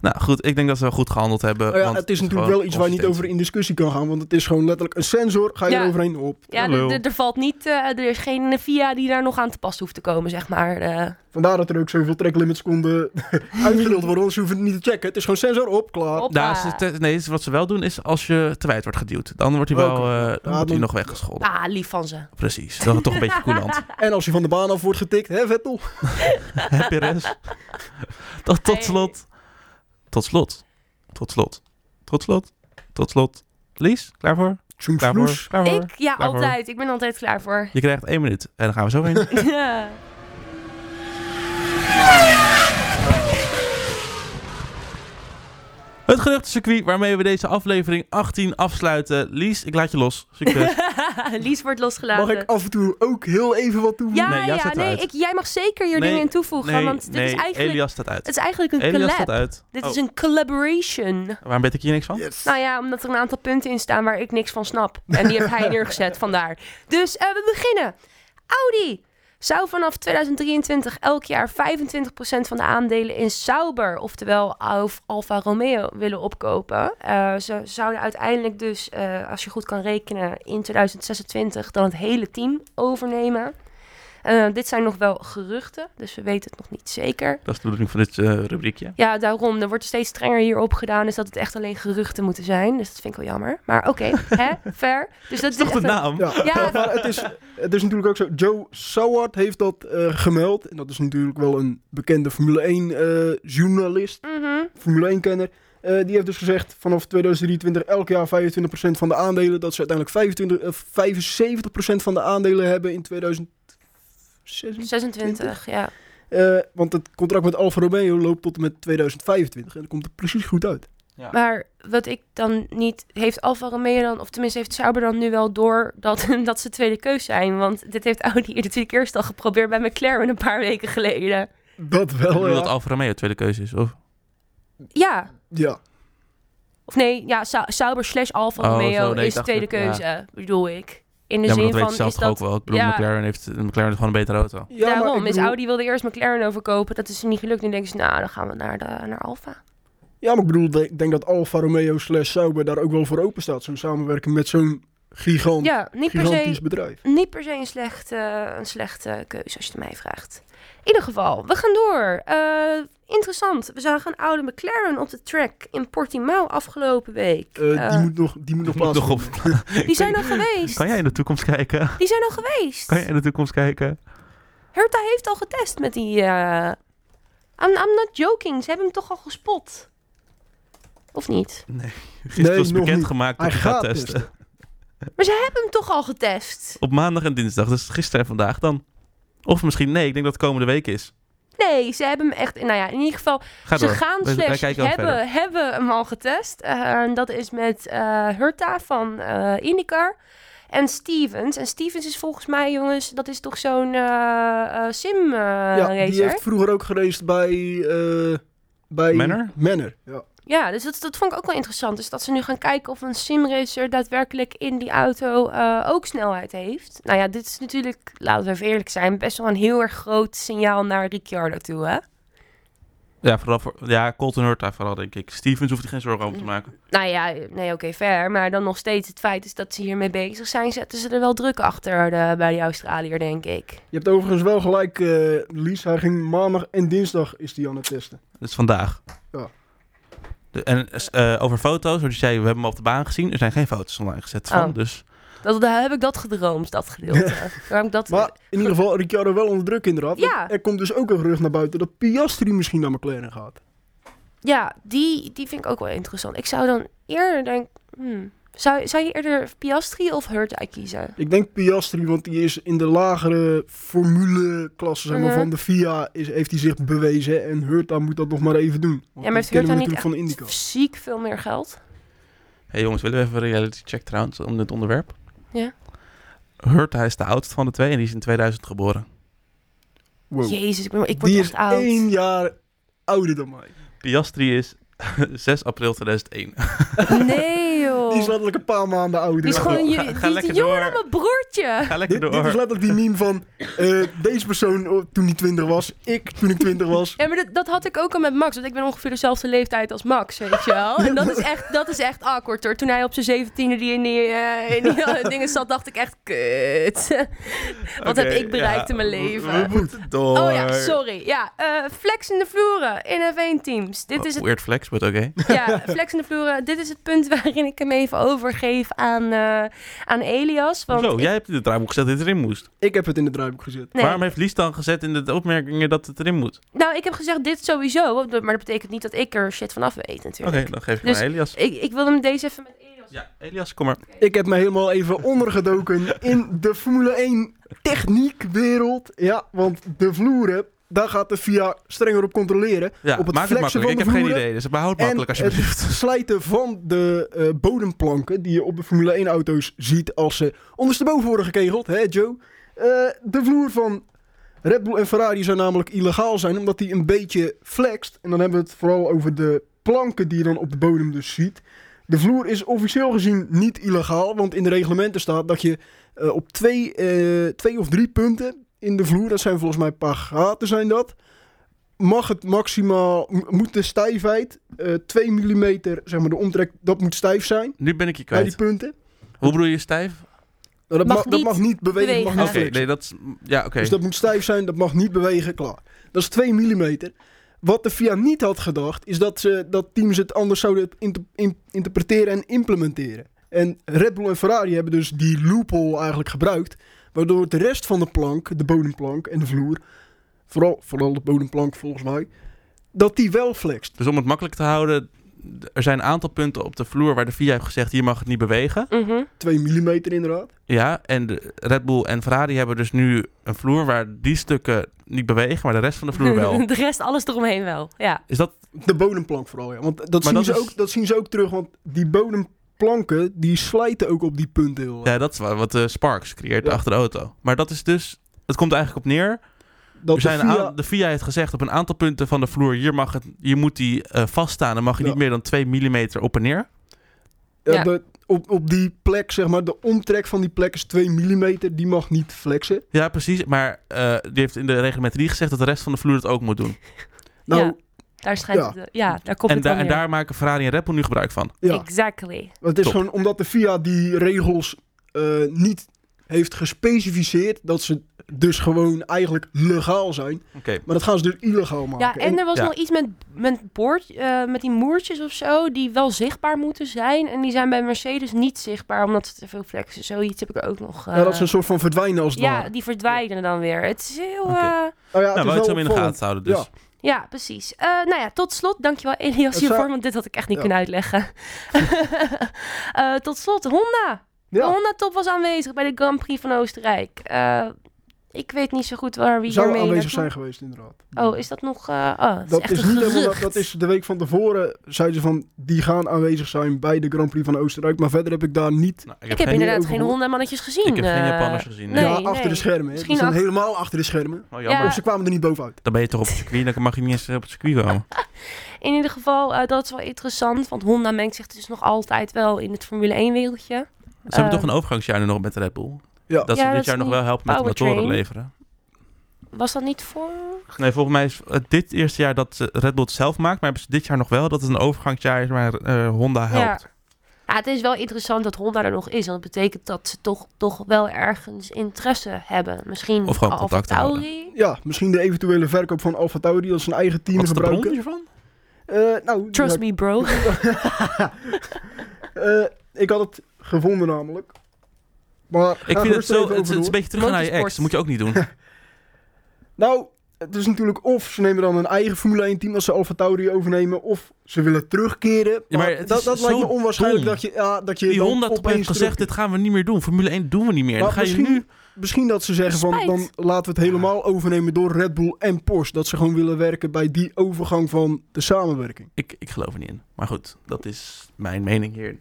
S1: nou goed, ik denk dat ze wel goed gehandeld hebben.
S2: Nou ja,
S1: want
S2: het is natuurlijk
S1: gewoon
S2: wel iets waar je niet over
S1: consistent.
S2: in discussie kan gaan. Want het is gewoon letterlijk een sensor. Ga je
S3: Ja.
S2: er overheen op.
S3: Ja,
S1: Hallo.
S3: d- d- er valt niet, eh, er is geen VIA die daar nog aan te pas hoeft te komen, zeg maar. eh.
S2: Vandaar dat er ook zoveel tracklimits konden uitgedeeld worden. Anders hoef je het niet te checken. Het is gewoon sensor op, klaar.
S3: Op.
S1: Nou, ze te- nee, ze- wat ze wel doen is als je te wijd wordt geduwd. Dan wordt hij wel
S2: Oké.
S1: eh,
S2: Ja,
S1: dan wordt hij
S2: dan-
S1: nog weggescholden.
S3: ah, lief van ze.
S1: Precies, dat is toch een beetje coulant.
S2: En als hij van de baan af wordt getikt, hè Vettel?
S1: Hè, Perez? Tot, tot
S3: Hey.
S1: slot. Tot slot. Tot slot. Tot slot. Tot slot. Lies, klaar voor?
S2: Zoem
S1: Klaar voor?
S2: vloes.
S1: Klaar voor?
S3: Ik, ja,
S1: Klaar voor.
S3: altijd. Ik ben er altijd klaar voor.
S1: Je krijgt één minuut. En dan gaan we zo heen.
S3: Ja.
S1: Het geruchtencircuit waarmee we deze aflevering 18 afsluiten. Lies, ik laat je los. Succes.
S3: Lies wordt losgelaten.
S2: Mag ik af en toe ook heel even wat toevoegen?
S3: Ja,
S1: Nee, jij
S3: ja,
S1: zet
S3: nee
S1: eruit.
S3: ik, jij mag zeker je
S1: Nee,
S3: dingen in toevoegen, want dit is eigenlijk,
S1: Elias staat uit.
S3: het is eigenlijk een
S1: Elias staat
S3: collab.
S1: uit.
S3: Dit
S1: Oh,
S3: is een collaboration.
S1: Waarom weet ik hier niks van?
S2: Yes.
S3: Nou ja, omdat er een aantal punten in staan waar ik niks van snap. En die heeft hij neergezet, vandaar. Dus eh, we beginnen. Audi zou vanaf 2023 elk jaar 25% van de aandelen in Sauber, oftewel Alf- Alfa Romeo, willen opkopen. Eh, ze zouden uiteindelijk dus, eh, als je goed kan rekenen, in 2026 dan het hele team overnemen. Eh, dit zijn nog wel geruchten, dus we weten het nog niet zeker.
S1: Dat is de bedoeling van dit eh, rubriekje.
S3: Ja, daarom. Er wordt steeds strenger hierop gedaan. Dus dat het echt alleen geruchten moeten zijn. Dus dat vind ik wel jammer. Maar oké, hè, fair. Dus dat
S1: Dat is toch de
S3: echt een-
S1: naam?
S2: Ja,
S3: Ja.
S2: maar het is, het is natuurlijk ook zo. Joe Saward heeft dat eh, gemeld. En dat is natuurlijk wel een bekende Formule 1 eh, journalist,
S3: Mhm.
S2: Formule 1 kenner. Eh, die heeft dus gezegd vanaf 2023 elk jaar 25% van de aandelen. Dat ze uiteindelijk 25, eh, 75% van de aandelen hebben in 2026.
S3: 26, ja.
S2: Eh, want het contract met Alfa Romeo loopt tot en met 2025. En dat komt er precies goed uit.
S3: Maar wat ik dan niet... Heeft Alfa Romeo dan... Of tenminste heeft Sauber dan nu wel door dat, dat ze tweede keus zijn? Want dit heeft Audi hier natuurlijk eerst al geprobeerd bij McLaren een paar weken geleden.
S2: Dat
S1: Ik bedoel
S3: Oh,
S2: wel,
S1: dat
S2: ja.
S1: Alfa Romeo tweede keuze is. Of?
S3: Ja.
S2: ja.
S3: Of nee, ja, Sau- Sauber slash Alfa
S1: Oh,
S3: Romeo
S1: zo, nee, ik
S3: is
S1: dacht
S3: tweede
S1: dat- ja.
S3: keuze, bedoel ik. In de
S1: ja, maar
S3: zin
S1: dat weet je
S3: van,
S1: zelf
S3: is
S1: toch ook
S3: dat...
S1: wel. Ik bedoel,
S3: ja.
S1: McLaren, heeft, McLaren heeft gewoon een betere auto.
S2: ja maar
S3: Daarom,
S2: ik
S3: is
S2: bedoel-
S3: Audi wilde eerst McLaren overkopen. Dat is niet gelukt. Nu denken ze, nou, dan gaan we naar, de, naar Alfa.
S2: Ja, maar ik bedoel, de- ik denk dat Alfa Romeo slash Sauber daar ook wel voor open staat. Zo'n samenwerking met zo'n gigant,
S3: Ja, niet per,
S2: gigantisch
S3: se,
S2: bedrijf.
S3: niet per se een slechte, een slechte keuze, als je het mij vraagt. In ieder geval, we gaan door. Eh, interessant, we zagen een oude McLaren op de track in Portimao afgelopen week.
S2: Eh,
S3: Eh,
S2: die moet nog, die moet nog plaatsvinden.
S3: die zijn al geweest.
S1: Kan jij in de toekomst kijken?
S3: Die zijn al geweest.
S1: Kan jij in de toekomst kijken?
S3: Herta heeft al getest met die... eh, I'm, I'm not joking, ze hebben hem toch al gespot. Of niet?
S1: Gisteren was
S2: nog niet.
S1: bekendgemaakt dat
S2: Hij
S1: hij gaat
S2: gaat
S1: testen.
S3: Maar ze hebben hem toch al getest.
S1: Op maandag en dinsdag, dus gisteren en vandaag dan. Of misschien, nee, ik denk dat het komende week is.
S3: Nee, ze hebben hem echt. Nou ja, in ieder geval.
S1: Ga
S3: ze
S1: door.
S3: gaan
S1: Wij- wij
S3: slash
S1: kijken wel verder.
S3: hebben, hebben hem al getest. Eh, en dat is met eh Hurta van eh IndyCar. En Stevens. En Stevens is volgens mij, jongens, dat is toch zo'n eh, eh, sim eh
S2: ja, die
S3: racer.
S2: heeft vroeger ook geraced bij... eh, bij
S1: Manor?
S2: ja.
S3: Ja, dus dat, dat vond ik ook wel interessant. Dus dat ze nu gaan kijken of een simracer daadwerkelijk in die auto eh, ook snelheid heeft. Nou ja, dit is natuurlijk, laten we even eerlijk zijn, best wel een heel erg groot signaal naar Ricciardo toe, hè?
S1: Ja, vooral voor, ja, Colton Hurta vooral, denk ik. Stevens hoeft er geen zorgen over te maken.
S3: Nou ja, nee, oké, fair. Maar dan nog steeds het feit is dat ze hiermee bezig zijn, zetten ze er wel druk achter eh, bij die Australiër, denk ik.
S2: Je hebt overigens wel gelijk, eh Lies. Hij ging maandag en dinsdag is die aan het testen.
S1: Dat is vandaag.
S2: Ja.
S1: De- en eh, over foto's, want je zei, we hebben hem op de baan gezien. Er zijn geen foto's online gezet van,
S3: Oh.
S1: dus...
S3: Dat, daar heb ik dat gedroomd, dat gedeelte. Daar heb ik dat...
S2: Maar in ieder geval, Ricciardo wel onder druk inderdaad.
S3: Ja.
S2: Want Er komt dus ook een gerucht naar buiten dat Piastri misschien naar McLaren gaat.
S3: Ja, die, die vind ik ook wel interessant. Ik zou dan eerder denken... hmm, zou, zou je eerder Piastri of Hurta kiezen?
S2: Ik denk Piastri, want die is in de lagere formule-klasse zeg maar,
S3: Mhm.
S2: van de FIA is, heeft hij zich bewezen. hè, En Hurta moet dat nog maar even doen. Want
S3: maar
S2: die
S3: heeft
S2: kennen we
S3: Hurta niet
S2: natuurlijk van de IndyCar.
S3: Ziek veel meer geld.
S1: Hé hey jongens, willen we even een reality check trouwens om dit onderwerp?
S3: Ja.
S1: Hurta is de oudste van de twee en die is in 2000 geboren.
S2: Wow.
S3: Jezus, ik, ben, ik word
S2: Die is
S3: echt oud.
S2: één jaar ouder dan mij.
S1: Piastri is 6 april 2001.
S3: Nee, joh.
S2: Die is letterlijk een paar maanden ouder.
S3: Oh. Die is gewoon
S1: Ga-
S3: je,
S1: ga
S3: die is
S1: lekker
S3: jonger
S1: door.
S3: dan mijn broertje.
S1: Ga lekker
S2: Dit,
S1: door.
S2: dit is letterlijk die meme van eh, deze persoon oh, toen hij 20 was, ik toen ik 20 was.
S3: Ja, maar dat, dat had ik ook al met Max. Want ik ben ongeveer dezelfde leeftijd als Max, weet je wel. En dat is echt, dat is echt awkward hoor. Toen hij op zijn zeventiende die in die, eh, in die eh, dingen zat, dacht ik echt, kut. Wat heb
S1: Oké,
S3: ik
S1: ja,
S3: bereikt in mijn
S1: we-
S3: leven?
S1: We moeten door.
S3: Oh ja, sorry. Ja, eh, flex in de vloeren in F1-teams. Dit is het
S1: Oh, Weird flex, but oké.
S3: Ja, flex in de vloeren. Dit is het punt waarin ik hem even overgeef aan, eh, aan Elias. Want
S1: Zo,
S3: ik-
S1: jij hebt in het draaiboek gezet dat dit erin moest.
S2: Ik heb het in de draaiboek gezet.
S3: nee.
S1: Waarom heeft Lies dan gezet in de opmerkingen dat het erin moet?
S3: Nou, ik heb gezegd dit sowieso. want- Maar dat betekent niet dat ik er shit van af weet
S1: Oké,
S3: natuurlijk.
S1: dan geef ik
S3: Dus-
S1: maar Elias.
S3: Ik, ik wil hem deze even met Elias.
S1: Ja, Elias, kom maar.
S2: Ik heb me helemaal even ondergedoken in de Formule 1 techniekwereld. Ja, want de vloeren, daar gaat de FIA strenger op controleren.
S1: Ja,
S2: Op het
S1: maak het
S2: flexen
S1: makkelijk. Ik heb
S2: van de
S1: geen
S2: vloeren
S1: idee, dus behoud het
S2: en
S1: makkelijk
S2: het
S1: alsjeblieft.
S2: slijten van de eh, bodemplanken die je op de Formule 1 auto's ziet als ze ondersteboven worden gekegeld, hè Joe? Eh, de vloer van Red Bull en Ferrari zou namelijk illegaal zijn omdat die een beetje flext. En dan hebben we het vooral over de planken die je dan op de bodem dus ziet. De vloer is officieel gezien niet illegaal, want in de reglementen staat dat je eh, op twee, eh, twee of drie punten in de vloer, dat zijn volgens mij pagaten zijn dat, mag het maximaal, m- moet de stijfheid eh 2 mm, zeg maar de omtrek, dat moet stijf zijn
S1: Nu ben ik je
S2: bij
S1: kwijt.
S2: die punten.
S1: Hoe bedoel je stijf?
S2: Nou, dat,
S3: Mag
S2: mag dat
S3: niet
S2: mag niet bewegen,
S3: bewegen.
S2: mag
S1: Oké,
S2: niet flexen.
S1: nee, dat is... Ja, oké.
S2: Dus dat moet stijf zijn, dat mag niet bewegen, klaar. Dat is 2 mm. Wat de FIA niet had gedacht, is dat, ze, dat teams het anders zouden inter- in- interpreteren en implementeren. En Red Bull en Ferrari hebben dus die loophole eigenlijk gebruikt, waardoor de rest van de plank, de bodemplank en de vloer, vooral, vooral de bodemplank volgens mij, dat die wel flext.
S1: Dus om het makkelijk te houden, d- er zijn een aantal punten op de vloer waar de VIA heeft gezegd, hier mag het niet bewegen.
S3: Mhm.
S2: 2 mm inderdaad.
S1: Ja, en de Red Bull en Ferrari hebben dus nu een vloer waar die stukken niet bewegen, maar de rest van de vloer wel.
S3: de rest, alles eromheen wel. Ja.
S1: Is dat...
S2: De bodemplank vooral, ja. Want dat,
S1: Maar
S2: zien,
S1: dat
S2: ze
S1: is-
S2: ook, dat zien ze ook terug, want die bodemplanken, die slijten ook op die punten heel erg.
S1: Ja, dat is wa- wat de Sparks creëert
S2: Ja.
S1: achter de auto. Maar dat is dus... Het komt er eigenlijk op neer.
S2: Dat
S1: Er
S2: de
S1: zijn een
S2: FIA
S1: aan- de VIA heeft gezegd op een aantal punten van de vloer... hier, mag het, hier moet die eh, vaststaan en mag je
S2: Ja.
S1: niet meer dan 2 mm op en neer.
S2: Ja,
S3: Ja.
S2: de- op, op die plek, zeg maar, de omtrek van die plek is 2 mm. Die mag niet flexen.
S1: Ja, precies. Maar eh, die heeft in de reglementarie gezegd dat de rest van de vloer dat ook moet doen.
S2: Nou,
S3: ja, daar schijnt
S2: ja.
S3: het, eh, ja, daar komt
S1: En,
S3: het wel
S1: daar en
S3: neer.
S1: daar maken Ferrari en Red Bull nu gebruik van.
S2: ja.
S3: Exactly.
S2: het is
S1: top.
S2: gewoon omdat de FIA die regels eh, niet heeft gespecificeerd... dat ze dus gewoon eigenlijk legaal zijn.
S1: Oké.
S2: Maar dat gaan ze dus illegaal maken.
S3: Ja, en er was
S1: ja.
S3: nog iets met, met, boord, eh, met die moertjes of zo, die wel zichtbaar moeten zijn. En die zijn bij Mercedes niet zichtbaar, omdat ze te veel flexen. Zoiets heb ik ook nog. eh,
S2: ja, dat is een soort van verdwijnen als het
S3: ja,
S2: ware.
S3: die verdwijnen dan weer. Het is heel...
S1: Oké.
S3: eh,
S2: Nou ja, het
S1: Nou,
S2: is
S1: wel iets
S2: wel
S1: om in de
S2: opvallend.
S1: gaten te houden dus.
S2: Ja.
S3: Ja, precies. Eh, nou ja, tot slot, dankjewel Elias
S2: Het
S3: hiervoor,
S2: zou-
S3: want dit had ik echt niet
S2: Ja.
S3: kunnen uitleggen. Eh, tot slot, Honda. De
S2: Ja.
S3: Honda-top was aanwezig bij de Grand Prix van Oostenrijk. Eh, ik weet niet zo goed waar wie
S2: Zou
S3: hiermee
S2: aanwezig zijn
S3: naartoe-
S2: geweest, inderdaad.
S3: Oh, is dat nog... eh, oh, dat,
S2: Dat
S3: is
S2: is,
S3: echt een
S2: niet helemaal, dat-
S3: gerucht.
S2: dat is de week van tevoren, zeiden ze van, die gaan aanwezig zijn bij de Grand Prix van Oostenrijk. Maar verder heb ik daar niet,
S1: Nou,
S3: Ik heb
S1: geen-
S3: inderdaad
S2: overhoor.
S3: geen Honda-mannetjes gezien.
S1: Ik heb geen
S3: eh.
S1: Japanners gezien.
S3: Nee,
S2: ja, achter
S3: nee.
S2: de schermen. hè.
S3: Misschien
S2: Ze zijn
S3: achter-
S2: helemaal achter de schermen.
S1: Oh, jammer.
S3: Ja.
S2: Of ze kwamen er niet bovenuit.
S1: Dan ben je toch op het circuit, dan mag je niet eens eh, op het circuit komen.
S3: In ieder geval, eh, dat is wel interessant, want Honda mengt zich dus nog altijd wel in het Formule 1-wereldje.
S1: Ze hebben
S3: Eh.
S1: toch een overgangsjaar nu nog met Red Bull?
S2: Ja.
S1: Dat ze
S3: Ja, dat
S1: dit
S3: is
S1: jaar nog
S3: die
S1: wel helpen met de
S3: powertrain.
S1: motoren leveren.
S3: Was dat niet voor...
S1: Nee, volgens mij is het dit eerste jaar dat eh, Red Bull het zelf maakt. Maar hebben ze dit jaar nog wel dat het een overgangsjaar is waar eh, Honda helpt.
S3: Ja, het is wel interessant dat Honda er nog is. Want dat betekent dat ze toch, toch wel ergens interesse hebben. Misschien
S1: Of gewoon
S3: Alfa
S1: contacten
S3: Tauri.
S2: Ja, misschien de eventuele verkoop van Alfa Tauri als zijn eigen team
S1: Wat is de bron
S2: gebruiken.
S1: hiervan?
S2: Eh, nou,
S3: Trust
S2: ja,
S3: me, bro.
S2: eh, ik had het gevonden namelijk. Maar ga
S1: Ik vind het
S2: gerust even
S1: zo, het,
S2: over
S1: is- het is een
S2: door.
S1: beetje terug naar je ex.
S3: Motorsport.
S1: Dat moet je ook niet doen.
S2: Nou, het is natuurlijk of ze nemen dan een eigen Formule 1 team als ze Alfa Tauri overnemen. Of ze willen terugkeren.
S1: Ja, maar
S2: Maar
S1: het
S2: dat,
S1: is
S2: dat lijkt me
S1: zo
S2: onwaarschijnlijk
S1: dom.
S2: dat je, ja, dat je
S1: Die
S2: dan
S1: Honda top
S2: opeens
S1: heeft gezegd,
S2: terugkeert.
S1: dit gaan we niet meer doen. Formule 1 doen we niet meer. En
S2: Maar
S1: Dan ga je
S2: misschien-
S1: nu...
S2: Misschien dat ze zeggen van,
S3: Spijt.
S2: dan laten we het helemaal overnemen door Red Bull en Porsche. Dat ze gewoon willen werken bij die overgang van de samenwerking.
S1: Ik, ik geloof er niet in. Maar goed, dat is mijn mening hier.
S3: Eh,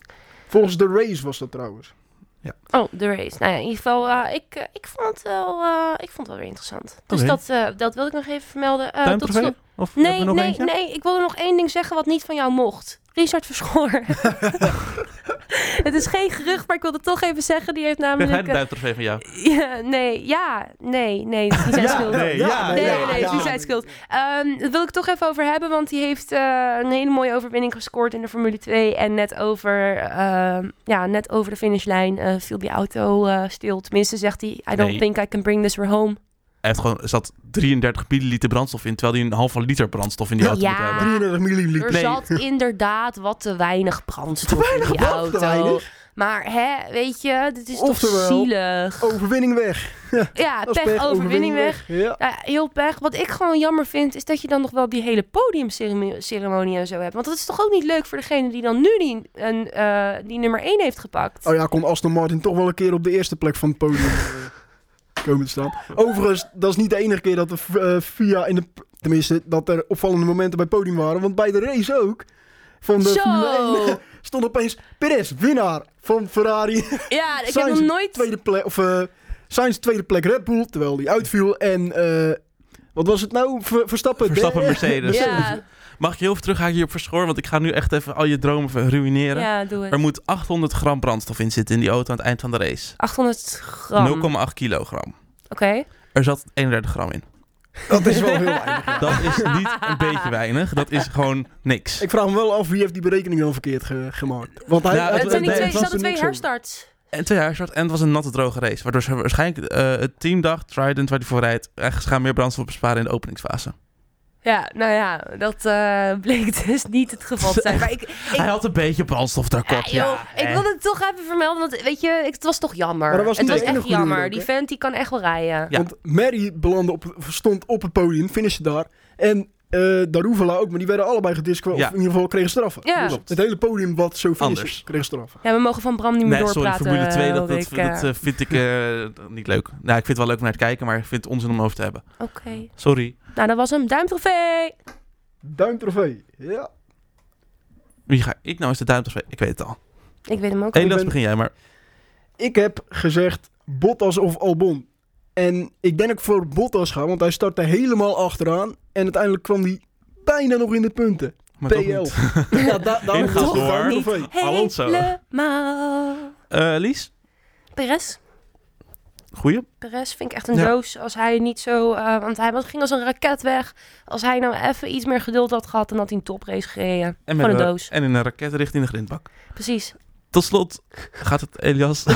S2: Volgens de race was dat trouwens.
S3: Oh, de race. Nou ja, in ieder geval, eh, ik, eh, ik, vond het wel, eh, ik vond het wel weer interessant. Dus
S1: Oké.
S3: dat, eh, dat wil ik nog even vermelden. Eh,
S1: Tuintrofee?
S3: tot slot.
S1: Of hebben
S3: Nee,
S1: we nog
S3: nee,
S1: eentje?
S3: nee. Ik wilde nog één ding zeggen wat niet van jou mocht. Richard Verschoor. het is geen gerucht, maar ik wilde het toch even zeggen. Die heeft
S1: Krijg hij
S3: namelijk...
S1: de duimterug even van jou?
S3: eh, ja, nee, ja, nee, nee. Suicide Skills.
S1: nee, ja,
S3: Nee,
S1: ja,
S3: nee, nee, Suicide Skills. Ehm, daar wil ik toch even over hebben, want die heeft eh, een hele mooie overwinning gescoord in de Formule 2. En net over, ehm, ja, net over de finishlijn eh, viel die auto eh, stil. Tenminste zegt hij, I don't
S1: Nee.
S3: think I can bring this home.
S1: Hij heeft gewoon, er zat 33 milliliter brandstof in, terwijl hij een halve liter brandstof in die auto
S3: Ja.
S1: moet hebben.
S2: 33 milliliter.
S3: Er
S1: Nee.
S3: zat inderdaad wat te weinig brandstof in die
S2: wat te
S3: auto.
S2: weinig.
S3: Maar hè, weet je, dit is toch
S2: Oftewel,
S3: zielig.
S2: Overwinning weg.
S3: ja,
S2: Dat is
S3: pech, overwinning weg.
S2: Ja.
S3: Ja, heel pech. Wat ik gewoon jammer vind, is dat je dan nog wel die hele podiumceremonie ceremonie en zo hebt. Want dat is toch ook niet leuk voor degene die dan nu die, een, eh, die nummer 1 heeft gepakt.
S2: Oh ja, kon Aston Martin toch wel een keer op de eerste plek van het podium eh, komen te staan. Overigens, dat is niet de enige keer dat de eh, FIA in de... Tenminste, dat er opvallende momenten bij het podium waren. Want bij de race ook. Van de Formule
S3: zo!
S2: 1 stond opeens Perez, winnaar van Ferrari.
S3: Ja, ik heb
S2: Sainz
S3: nog nooit...
S2: tweede plek, of eh Sainz tweede plek Red Bull, terwijl die uitviel. En eh, wat was het nou? Ver- Verstappen.
S1: Verstappen
S2: derde.
S1: Mercedes.
S3: Ja,
S1: Mag ik heel even terughaken hier op Verschoor? Want ik ga nu echt even al je dromen ver- ruïneren.
S3: ja, doe
S1: Er
S3: het.
S1: moet 800 gram brandstof in zitten in die auto aan het eind van de race.
S3: 800 gram. Oké.
S1: 0,8 kilogram. Er zat 31 gram in.
S2: Dat is wel heel weinig. ja.
S1: Dat is niet een beetje weinig. Dat is gewoon niks.
S2: Ik vraag me wel af wie heeft die berekening dan verkeerd ge- gemaakt. Want hij,
S1: Nou,
S2: hij-
S1: het
S3: Het zijn die
S2: hij-
S1: nee,
S3: twee,
S2: hij-
S3: zaten
S2: er
S3: twee
S2: niks over.
S3: herstarts.
S1: En twee jaar short en het was een natte droge race. Waardoor ze waarschijnlijk eh, het team dacht, Trident waar die voor rijdt, eh, ze gaan meer brandstof besparen in de openingsfase.
S3: Ja, nou ja, dat eh, bleek dus niet het geval te zijn. Maar ik,
S1: Hij
S3: ik,
S1: had een beetje brandstof tekort. Ja,
S3: Ja,
S1: Eh.
S3: joh, ik
S1: hè.
S3: wilde het toch even vermelden, want weet je, ik- het was toch jammer.
S2: Maar dat was
S3: het
S2: niet
S3: was
S2: de
S3: echt
S2: enige goede
S3: jammer.
S2: ook,
S3: die
S2: hè?
S3: vent die kan echt wel rijden.
S1: Ja.
S2: Want Mary belandde op, stond op het podium, finishte daar. En eh Daruvela ook, maar die werden allebei gedisqualificeerd.
S1: Ja.
S2: Of in ieder geval kregen straffen.
S3: Ja.
S2: Dus het hele podium wat zo
S1: Anders.
S2: finishte, kreeg straffen.
S3: Ja, we mogen van Bram niet meer
S1: Nee, sorry,
S3: doorpraten.
S1: Formule 2,
S3: eh,
S1: dat, dat,
S3: Rick, eh.
S1: dat, eh, vind ik eh, niet leuk. Nou, ik vind het wel leuk om naar te kijken, maar ik vind het onzin om over te hebben.
S3: Oké.
S1: Sorry.
S3: Nou, dat was hem. Duimtrofee!
S2: Duimtrofee. Ja.
S1: Wie ga ik nou eens de duimte spreken? Ik weet het al.
S3: Ik weet hem ook.
S1: Elias,
S2: ben-
S1: begin jij maar.
S2: Ik heb gezegd Bottas of Albon. En ik denk dat ik voor Bottas ga, want hij startte helemaal achteraan. En uiteindelijk kwam hij bijna nog in de punten.
S1: Maar toch
S2: PL.
S1: niet.
S2: ja, da daarom
S1: Ingas
S2: toch
S1: door.
S2: Duimtrofee.
S1: Alonso.
S3: Helemaal.
S1: Eh, Lies,
S3: Perez.
S1: goeie.
S3: Perez vind ik echt een
S1: Ja.
S3: doos als hij niet zo... eh, want hij was- ging als een raket weg. Als hij nou even iets meer geduld had gehad, dan had hij een toprace gereden.
S1: En,
S3: Van een
S1: een-
S3: doos.
S1: en in een raket richting de grindbak.
S3: Precies.
S1: Tot slot gaat het Elias.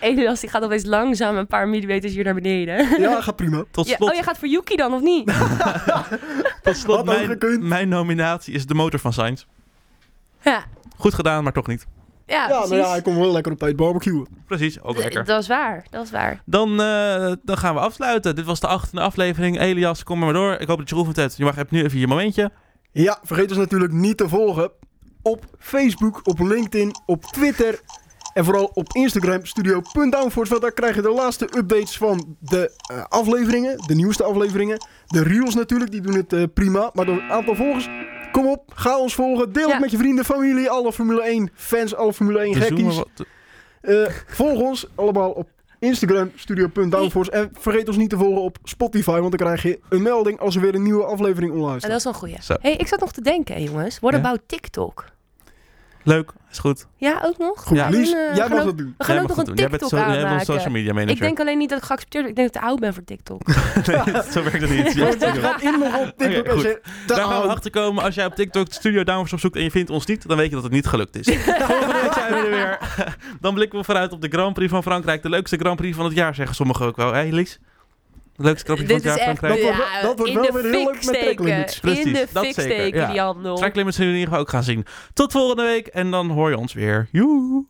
S3: Elias die gaat opeens langzaam een paar millimeters hier naar beneden.
S2: Ja, gaat prima.
S1: Tot
S3: Ja,
S1: slot,
S3: oh, jij gaat voor Yuki dan, of niet?
S1: tot slot
S2: Had ook gekund.
S1: mijn, mijn nominatie is de motor van Sainz.
S3: ja.
S1: Goed gedaan, maar toch niet.
S3: Ja,
S2: Ja, nou
S3: precies.
S2: ja, hij kon wel lekker op tijd barbecuen.
S1: Precies, ook lekker.
S3: Dat is waar, dat is waar.
S1: Dan, eh, dan gaan we afsluiten. Dit was de achtste aflevering. Elias, kom er maar door. Ik hoop dat je geoefend hebt. Je mag hebt nu even je momentje.
S2: Ja, vergeet ons natuurlijk niet te volgen op Facebook, op LinkedIn, op Twitter en vooral op Instagram studio.downforce. Want daar krijg je de laatste updates van de eh, afleveringen, de nieuwste afleveringen. De reels natuurlijk, die doen het eh, prima. Maar door het aantal volgers, kom op, ga ons volgen. Deel
S3: Ja.
S2: het met je vrienden, familie, alle Formule 1 fans, alle Formule 1
S1: We zoomen
S2: gekkies.
S1: wat-
S2: Eh, volg ons allemaal op Instagram, studio.downforce. En vergeet ons niet te volgen op Spotify, want dan krijg je een melding als er weer een nieuwe aflevering online
S3: En
S2: staat.
S3: dat is wel een goeie.
S1: Zo.
S3: hey, ik zat nog te denken, hè, jongens. What
S1: Ja?
S3: about TikTok?
S1: Leuk, is goed.
S3: Ja, ook nog?
S2: Goed,
S1: Ja.
S2: Lies,
S3: En, eh, we
S2: jij
S3: gaan
S2: mag
S3: ook-
S2: dat doen.
S3: We gaan
S1: Jij
S3: ook
S1: mag
S3: nog
S1: het
S3: een
S1: doen. Jij
S3: TikTok
S1: bent, zo, jij bent
S3: aanmaken.
S1: social media manager.
S3: Ik denk alleen niet dat ik geaccepteerd word. Ik denk dat ik te oud ben voor TikTok.
S1: Nee, zo werkt het niet. Je
S2: Ja,
S1: hebt
S2: dat
S1: TikTok.
S2: gaat in nog op TikTok
S1: Oké,
S2: en
S1: goed.
S2: zegt...
S1: Daar
S3: Nou.
S1: gaan we
S2: "Down."
S1: achter komen. Als jij op TikTok Studio Downforce opzoekt en je vindt ons niet, dan weet je dat het niet gelukt is. Volgende week zijn we er weer. Dan blikken we vooruit op de Grand Prix van Frankrijk. De leukste Grand Prix van het jaar, zeggen sommigen ook wel. Hé, Lies? De leukste Grand Prix
S3: Dit
S1: van
S3: is
S1: het jaar
S3: echt...
S1: Frankrijk.
S2: wordt wel-
S3: ja,
S2: dat wordt
S3: in
S2: wel
S3: de
S2: weer heel
S3: fik
S2: leuk met track
S3: steken.
S2: limits.
S3: In de
S1: Precies, dat
S3: fik
S1: zeker,
S3: steken,
S1: ja.
S3: die handel.
S1: Track limits zullen we in ieder geval ook gaan zien. Tot volgende week en dan hoor je ons weer. Joe.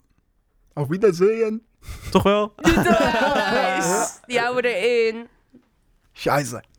S2: Auf Wiedersehen.
S1: Toch wel?
S3: Doe het wel, guys. Die houden we erin.
S2: Scheiße.